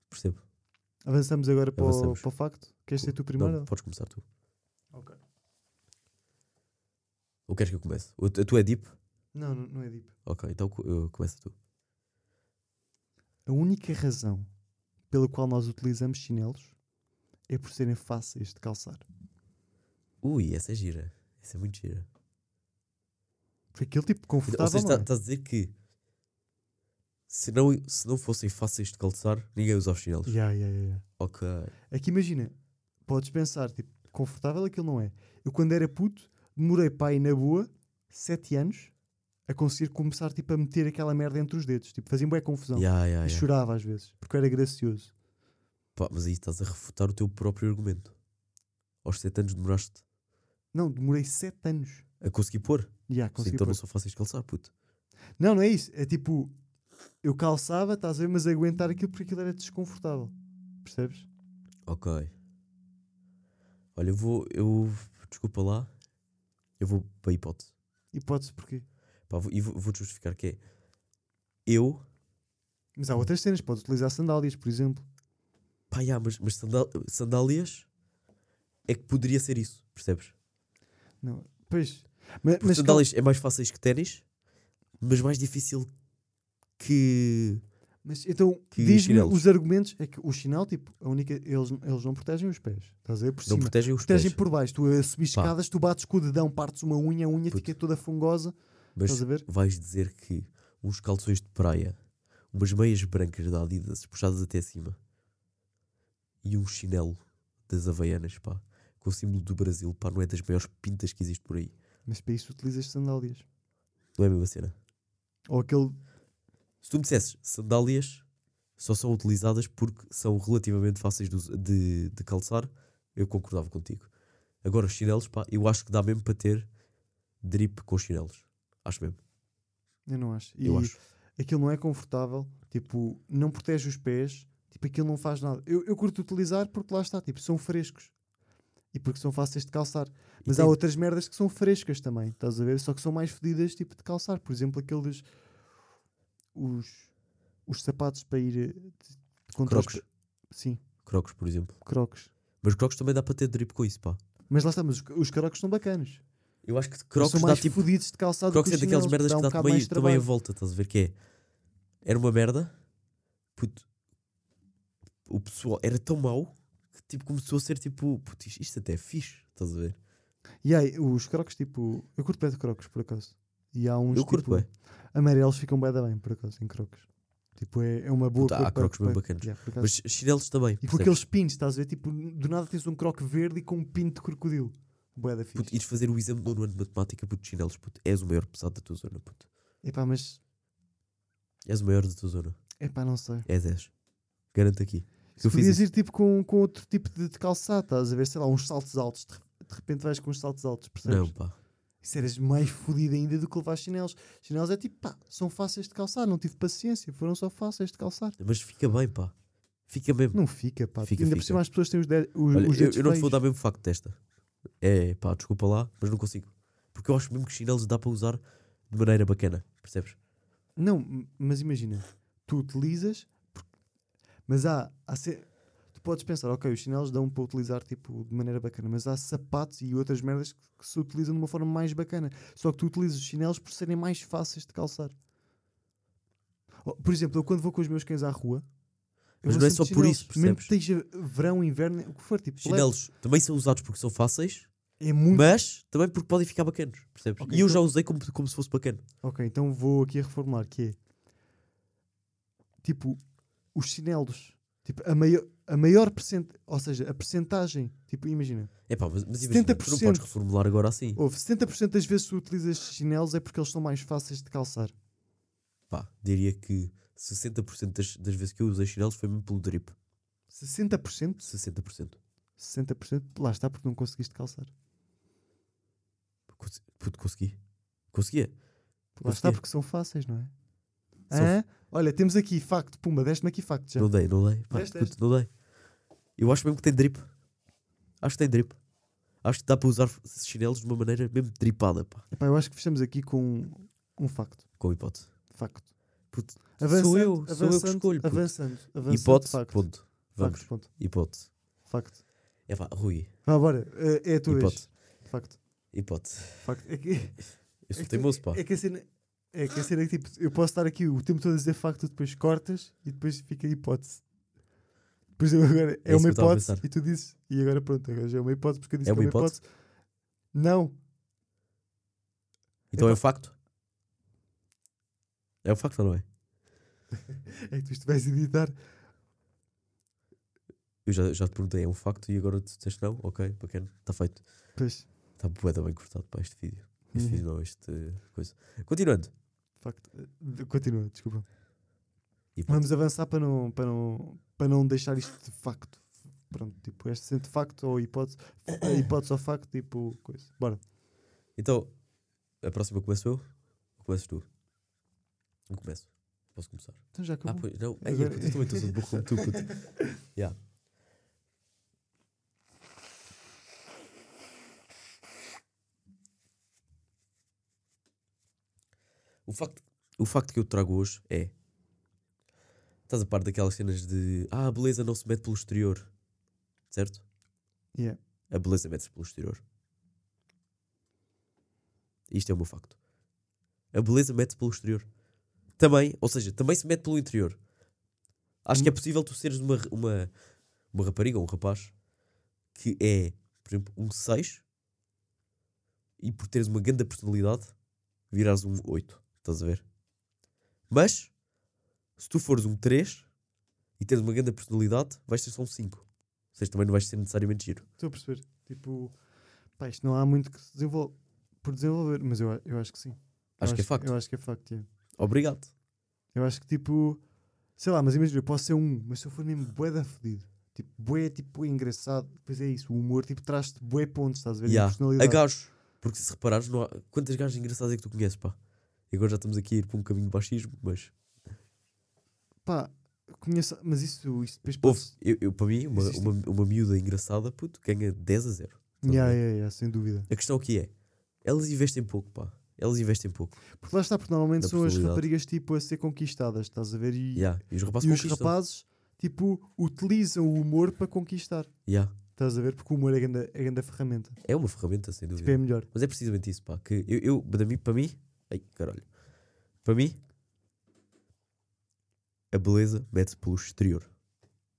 [SPEAKER 1] Percebo.
[SPEAKER 2] Avançamos agora para,
[SPEAKER 1] Avançamos.
[SPEAKER 2] O, para o facto. Queres ser tu
[SPEAKER 1] Não,
[SPEAKER 2] primeiro?
[SPEAKER 1] podes começar tu.
[SPEAKER 2] Ok.
[SPEAKER 1] Ou queres que eu comece? Ou tu tu é deep?
[SPEAKER 2] Não, não, não é deep.
[SPEAKER 1] Ok, então co- eu- começa tu.
[SPEAKER 2] A única razão pela qual nós utilizamos chinelos é por serem fáceis de calçar.
[SPEAKER 1] Ui, essa é gira. Essa é muito gira.
[SPEAKER 2] Porque aquele tipo
[SPEAKER 1] Então, ou
[SPEAKER 2] confortável.
[SPEAKER 1] seja,
[SPEAKER 2] não é?
[SPEAKER 1] estás a dizer que se não, se não fossem fáceis de calçar, ninguém usava chinelos.
[SPEAKER 2] Yeah, yeah, yeah, yeah.
[SPEAKER 1] Ok.
[SPEAKER 2] Aqui imagina, podes pensar, tipo, confortável aquilo não é. Eu quando era puto, demorei pai na boa 7 anos a conseguir começar tipo, a meter aquela merda entre os dedos. Tipo, fazia boa confusão.
[SPEAKER 1] Yeah, yeah,
[SPEAKER 2] e
[SPEAKER 1] yeah.
[SPEAKER 2] chorava às vezes, porque eu era gracioso.
[SPEAKER 1] Pá, mas aí estás a refutar o teu próprio argumento. Aos 7 anos demoraste
[SPEAKER 2] Não, demorei 7 anos.
[SPEAKER 1] a conseguir pôr.
[SPEAKER 2] Yeah,
[SPEAKER 1] Sim,
[SPEAKER 2] consegui
[SPEAKER 1] então
[SPEAKER 2] pôr.
[SPEAKER 1] não são fáceis de calçar, puto.
[SPEAKER 2] não, não é isso. É tipo, eu calçava, estás a ver, mas aguentar aquilo porque aquilo era desconfortável. Percebes?
[SPEAKER 1] Ok. Olha, eu vou. Eu, desculpa lá. Eu vou para a hipótese.
[SPEAKER 2] Hipótese porquê?
[SPEAKER 1] Pá, vou- e vou- vou-te justificar que é. Eu
[SPEAKER 2] Mas há outras cenas, podes utilizar sandálias, por exemplo.
[SPEAKER 1] Pá, yeah, mas, mas sandá- sandálias é que poderia ser isso, percebes?
[SPEAKER 2] Não, pois. Mas,
[SPEAKER 1] Porque
[SPEAKER 2] mas cal-
[SPEAKER 1] sandálias é mais fáceis que ténis, mas mais difícil que.
[SPEAKER 2] Mas então,
[SPEAKER 1] Que
[SPEAKER 2] diz-me
[SPEAKER 1] chinelos?
[SPEAKER 2] os argumentos. É que o chinelo, tipo, a única, eles, eles não protegem os pés. Estás a ver? Por
[SPEAKER 1] Não
[SPEAKER 2] cima. é
[SPEAKER 1] protegem os
[SPEAKER 2] protegem
[SPEAKER 1] pés.
[SPEAKER 2] por baixo. Tu a subir
[SPEAKER 1] Pá.
[SPEAKER 2] escadas, tu bates com o dedão, partes uma unha, a unha
[SPEAKER 1] Puto.
[SPEAKER 2] fica toda fungosa.
[SPEAKER 1] Mas
[SPEAKER 2] estás a ver?
[SPEAKER 1] vais dizer que uns calções de praia, umas meias brancas da Adidas puxadas até cima e um chinelo das Havaianas, pá. Com o símbolo do Brasil, pá, não é das maiores pintas que existe por aí.
[SPEAKER 2] Mas para isso utilizas sandálias.
[SPEAKER 1] Não é a mesma cena.
[SPEAKER 2] Ou aquele.
[SPEAKER 1] Se tu me dissesses sandálias só são utilizadas porque são relativamente fáceis de, us- de- de calçar, eu concordava contigo. Agora, os chinelos, pá, eu acho que dá mesmo para ter drip com chinelos. Acho mesmo.
[SPEAKER 2] Eu não acho.
[SPEAKER 1] Eu
[SPEAKER 2] E
[SPEAKER 1] acho.
[SPEAKER 2] aquilo não é confortável, tipo, não protege os pés, tipo, aquilo não faz nada. Eu, eu curto utilizar porque lá está, tipo, são frescos. E porque são fáceis de calçar. Mas há
[SPEAKER 1] tem-
[SPEAKER 2] outras merdas que são frescas também, estás a ver? Só que são mais fedidas, tipo, de calçar. Por exemplo, aqueles. Os, os sapatos para ir. eh, de- contra os
[SPEAKER 1] Crocs.
[SPEAKER 2] pé- Sim,
[SPEAKER 1] Crocs, por exemplo.
[SPEAKER 2] crocs.
[SPEAKER 1] Mas crocs também dá para ter drip com isso, pá.
[SPEAKER 2] Mas lá está, mas os, os crocs são bacanas.
[SPEAKER 1] Eu acho que
[SPEAKER 2] Crocs
[SPEAKER 1] crocs
[SPEAKER 2] são
[SPEAKER 1] dá
[SPEAKER 2] mais
[SPEAKER 1] tipo
[SPEAKER 2] fodidos de calçado
[SPEAKER 1] Crocs é
[SPEAKER 2] que os
[SPEAKER 1] daquelas
[SPEAKER 2] chinelos,
[SPEAKER 1] merdas
[SPEAKER 2] dá
[SPEAKER 1] que
[SPEAKER 2] um
[SPEAKER 1] dá
[SPEAKER 2] bocado
[SPEAKER 1] também,
[SPEAKER 2] mais
[SPEAKER 1] também a
[SPEAKER 2] trabalho.
[SPEAKER 1] volta, estás a ver? Que é. Era uma merda. Puto, o pessoal era tão mau que tipo, começou a ser tipo. Puto, isto, isto até é fixe, estás a ver?
[SPEAKER 2] E aí, os crocs, tipo. Eu curto bem de crocs, por acaso. E há uns
[SPEAKER 1] eu curto,
[SPEAKER 2] tipo,
[SPEAKER 1] é.
[SPEAKER 2] Amarelos ficam bem da bem, por acaso, em crocs. Tipo, é, é uma boa
[SPEAKER 1] Puta,
[SPEAKER 2] cor
[SPEAKER 1] há
[SPEAKER 2] para-
[SPEAKER 1] crocs bem
[SPEAKER 2] para-
[SPEAKER 1] bacanas.
[SPEAKER 2] Yeah, por acaso.
[SPEAKER 1] Mas chinelos também.
[SPEAKER 2] e com
[SPEAKER 1] percebes?
[SPEAKER 2] aqueles pins, estás a ver? Tipo, do nada tens um croque verde e com um pino de crocodilo. Boé da
[SPEAKER 1] Puto,
[SPEAKER 2] fixe.
[SPEAKER 1] ires fazer o exame do nono ano de matemática, puto, chinelos, puto. És o maior pesado da tua zona, puto.
[SPEAKER 2] Epá, mas.
[SPEAKER 1] És o maior da tua zona.
[SPEAKER 2] Epá, não sei.
[SPEAKER 1] És, és. Garanto aqui.
[SPEAKER 2] Se
[SPEAKER 1] Eu fiz
[SPEAKER 2] podias
[SPEAKER 1] isso.
[SPEAKER 2] ir tipo com, com outro tipo de, de calçado, estás a ver? Sei lá, uns saltos altos. De, re- de repente vais com uns saltos altos, percebes?
[SPEAKER 1] Não, pá.
[SPEAKER 2] Isso eras mais fodido ainda do que levar chinelos. Chinelos é tipo, pá, são fáceis de calçar. Não tive paciência, foram só fáceis de calçar.
[SPEAKER 1] Mas fica bem, pá. Fica mesmo.
[SPEAKER 2] Não fica, pá.
[SPEAKER 1] Fica,
[SPEAKER 2] ainda por
[SPEAKER 1] fica.
[SPEAKER 2] cima as pessoas têm os, de, os,
[SPEAKER 1] Olha,
[SPEAKER 2] os
[SPEAKER 1] eu,
[SPEAKER 2] dedos
[SPEAKER 1] eu não te vou
[SPEAKER 2] feios.
[SPEAKER 1] dar mesmo facto desta. É pá, desculpa lá, mas não consigo. Porque eu acho mesmo que chinelos dá para usar de maneira bacana, percebes?
[SPEAKER 2] Não, m- mas imagina, tu utilizas, porque- mas há, há ce- tu podes pensar, ok, os chinelos dão para utilizar tipo, de maneira bacana, mas há sapatos e outras merdas que, que se utilizam de uma forma mais bacana. Só que tu utilizas os chinelos por serem mais fáceis de calçar. Oh, Por exemplo, eu quando vou com os meus cães à rua, eu
[SPEAKER 1] Mas
[SPEAKER 2] vou
[SPEAKER 1] não é só
[SPEAKER 2] sempre de
[SPEAKER 1] por isso,
[SPEAKER 2] Mesmo que esteja verão, inverno, o que for, tipo, levo.
[SPEAKER 1] Chinelos também são usados porque são fáceis,
[SPEAKER 2] é muito.
[SPEAKER 1] mas também porque podem ficar bacanos, percebes?
[SPEAKER 2] Ok,
[SPEAKER 1] e eu
[SPEAKER 2] então-
[SPEAKER 1] já usei como, como se fosse bacana.
[SPEAKER 2] Ok, então vou aqui a reformular que é tipo os chinelos, tipo a maior a maior percent, ou seja, a percentagem, tipo imagina,
[SPEAKER 1] É pá, mas, mas imagina, tu não
[SPEAKER 2] 70%.
[SPEAKER 1] podes reformular agora assim.
[SPEAKER 2] houve 70% das vezes que tu utilizas chinelos é porque eles são mais fáceis de calçar.
[SPEAKER 1] Pá, diria que 60% das, das vezes que eu usei chinelos foi mesmo pelo drip.
[SPEAKER 2] 60%,
[SPEAKER 1] 60%.
[SPEAKER 2] 60% lá está porque não conseguiste calçar.
[SPEAKER 1] Cons- Puto, consegui. Conseguia.
[SPEAKER 2] Lá está
[SPEAKER 1] Porquê?
[SPEAKER 2] porque são fáceis, não é?
[SPEAKER 1] São
[SPEAKER 2] Hã? Olha, temos aqui facto, pumba, deste-me aqui facto já.
[SPEAKER 1] Não dei, não dei. Pá,
[SPEAKER 2] Deste,
[SPEAKER 1] puto, não dei. Eu acho mesmo que tem drip. Acho que tem drip. Acho que dá para usar chinelos de uma maneira mesmo dripada, pá.
[SPEAKER 2] Epá, eu acho que fechamos aqui com um, um facto,
[SPEAKER 1] Com hipótese.
[SPEAKER 2] facto.
[SPEAKER 1] Puto,
[SPEAKER 2] Avançando,
[SPEAKER 1] sou eu, sou eu que
[SPEAKER 2] avançando,
[SPEAKER 1] escolho. puto.
[SPEAKER 2] Avançando, avançando,
[SPEAKER 1] hipótese,
[SPEAKER 2] facto,
[SPEAKER 1] ponto. Vamos,
[SPEAKER 2] facto, ponto,
[SPEAKER 1] hipótese.
[SPEAKER 2] facto.
[SPEAKER 1] É pá, Rui,
[SPEAKER 2] Vá, bora. Eh, É a tua vez.
[SPEAKER 1] hipótese.
[SPEAKER 2] Facto.
[SPEAKER 1] Hipótese.
[SPEAKER 2] Facto. É que,
[SPEAKER 1] Eu sou
[SPEAKER 2] é que-
[SPEAKER 1] teimoso, pá.
[SPEAKER 2] É que a cena... É que a cena é que, tipo, eu posso estar aqui o tempo todo a dizer facto, tu depois cortas e depois fica a hipótese. Por exemplo,
[SPEAKER 1] É
[SPEAKER 2] agora é,
[SPEAKER 1] isso que
[SPEAKER 2] uma
[SPEAKER 1] eu estava a
[SPEAKER 2] hipótese
[SPEAKER 1] pensar.
[SPEAKER 2] e tu dizes, e agora pronto, agora já é uma hipótese porque eu disse
[SPEAKER 1] É
[SPEAKER 2] que
[SPEAKER 1] uma hipótese?
[SPEAKER 2] Não,
[SPEAKER 1] Então é
[SPEAKER 2] epá.
[SPEAKER 1] um facto? É um facto ou não é?
[SPEAKER 2] é que tu isto vais editar.
[SPEAKER 1] Eu já, já te perguntei, é um facto e agora tu disseste não? Ok, bacana, está feito.
[SPEAKER 2] Pois,
[SPEAKER 1] Está bué da bem cortado para este vídeo. Este
[SPEAKER 2] Uhum.
[SPEAKER 1] vídeo não, este eh, coisa. Continuando.
[SPEAKER 2] facto. Eh, de- Continua, desculpa.
[SPEAKER 1] Hipótese.
[SPEAKER 2] Vamos avançar para não, para não, para não deixar isto de facto. Pronto, tipo, este sendo facto ou hipótese, hipótese ou facto, tipo, coisa. Bora.
[SPEAKER 1] Então, a próxima começo eu? Ou começas tu? Eu começo. Posso começar?
[SPEAKER 2] Então já
[SPEAKER 1] Ah,
[SPEAKER 2] acabou.
[SPEAKER 1] pois não. Ai, eu,
[SPEAKER 2] Agora-
[SPEAKER 1] puto, eu também estou todo burro como tu, puto. Yeah. O facto, o facto que eu trago hoje é. Estás a par daquelas cenas de. Ah, a beleza não se mete pelo exterior. Certo?
[SPEAKER 2] Yeah.
[SPEAKER 1] A beleza mete-se pelo exterior. Isto é o meu facto. A beleza mete-se pelo exterior. Também, ou seja, também se mete pelo interior. Acho que é possível tu seres uma, uma, uma rapariga ou um rapaz que é, por exemplo, um 6 e por teres uma grande personalidade virares um 8. Estás a ver? Mas se tu fores um 3 e tens uma grande personalidade, vais ser só um 5. Vocês também não vais ser necessariamente giro.
[SPEAKER 2] Estou a perceber. Tipo, pá, isto não há muito que se desenvol- por desenvolver, mas eu, a- eu acho que sim.
[SPEAKER 1] Acho,
[SPEAKER 2] eu
[SPEAKER 1] que é facto.
[SPEAKER 2] Eu acho que é facto, yeah.
[SPEAKER 1] Obrigado.
[SPEAKER 2] Eu acho que tipo, sei lá, mas imagina, eu posso ser um, mas se eu for mesmo bué da fodido, tipo, bué, tipo, engraçado, pois é isso, o humor, tipo, traz-te bué pontos, estás a ver? E
[SPEAKER 1] Yeah. A
[SPEAKER 2] personalidade.
[SPEAKER 1] gajos. Porque se reparares, não há... quantas gajos engraçados é que tu conheces, pá? E agora já estamos aqui a ir para um caminho de baixismo, mas.
[SPEAKER 2] Pá, conheço, mas isso, isso depois
[SPEAKER 1] Houve,
[SPEAKER 2] podes-
[SPEAKER 1] eu, eu, para mim, uma,
[SPEAKER 2] Existe-
[SPEAKER 1] uma, uma miúda engraçada, puto, ganha 10 a 0. estás a
[SPEAKER 2] Yeah,
[SPEAKER 1] ver?
[SPEAKER 2] yeah, yeah, sem dúvida.
[SPEAKER 1] A questão aqui é: elas investem pouco, pá. Elas investem pouco.
[SPEAKER 2] Porque lá está, porque normalmente
[SPEAKER 1] Da
[SPEAKER 2] são as
[SPEAKER 1] personalidade.
[SPEAKER 2] raparigas, tipo, a ser conquistadas, estás a ver? E,
[SPEAKER 1] Yeah. E os rapazes
[SPEAKER 2] e os
[SPEAKER 1] conquistam.
[SPEAKER 2] rapazes, tipo, utilizam o humor para conquistar,
[SPEAKER 1] Yeah.
[SPEAKER 2] estás a ver? Porque o humor é grande, é grande ferramenta,
[SPEAKER 1] É uma ferramenta, sem dúvida.
[SPEAKER 2] tipo, é melhor.
[SPEAKER 1] Mas é precisamente isso, pá. Que eu, eu para mim, para mim, ai caralho, para mim, a beleza mede-se pelo exterior,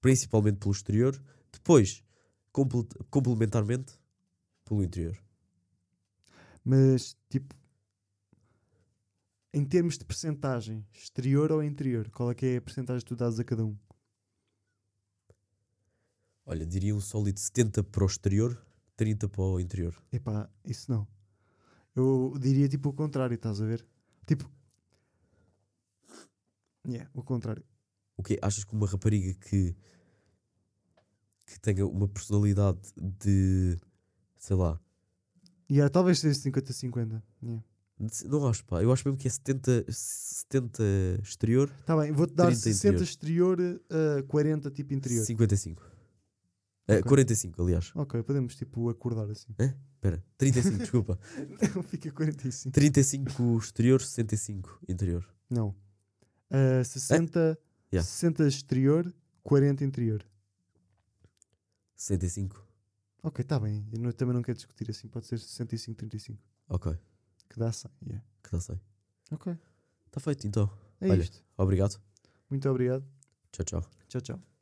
[SPEAKER 1] principalmente pelo exterior, depois, comple- complementarmente, pelo interior.
[SPEAKER 2] Mas, tipo, em termos de percentagem, exterior ou interior, qual é que é a percentagem que tu dás a cada um?
[SPEAKER 1] Olha, diria um sólido 70 para o exterior, 30 para o interior.
[SPEAKER 2] Epá, isso não. Eu diria, tipo, o contrário, estás a ver? Tipo, yeah, o contrário.
[SPEAKER 1] O quê? Achas que uma rapariga que, que tenha uma personalidade de, sei lá,
[SPEAKER 2] Yeah, talvez seja 50-50. Yeah.
[SPEAKER 1] de- não acho, pá. Eu acho mesmo que é 70, 70 exterior,
[SPEAKER 2] Tá bem, vou-te dar
[SPEAKER 1] 30
[SPEAKER 2] 60 exterior, eh, 40 tipo interior.
[SPEAKER 1] 55. Eh,
[SPEAKER 2] Ok.
[SPEAKER 1] 45, aliás.
[SPEAKER 2] Ok, podemos tipo acordar assim.
[SPEAKER 1] Espera, 35, desculpa.
[SPEAKER 2] Não fica 45.
[SPEAKER 1] 35 exterior, 65 interior.
[SPEAKER 2] Não. Eh, 60,
[SPEAKER 1] É? Yeah.
[SPEAKER 2] 60 exterior, 40 interior.
[SPEAKER 1] 65,
[SPEAKER 2] Ok, está bem. Eu não- também não quero discutir assim. Pode ser 65, 35.
[SPEAKER 1] ok.
[SPEAKER 2] Que dá 100. yeah.
[SPEAKER 1] Que dá 100.
[SPEAKER 2] Ok.
[SPEAKER 1] Está feito então.
[SPEAKER 2] É
[SPEAKER 1] Olha.
[SPEAKER 2] isto.
[SPEAKER 1] Obrigado.
[SPEAKER 2] Muito obrigado.
[SPEAKER 1] Tchau, tchau.
[SPEAKER 2] Tchau, tchau.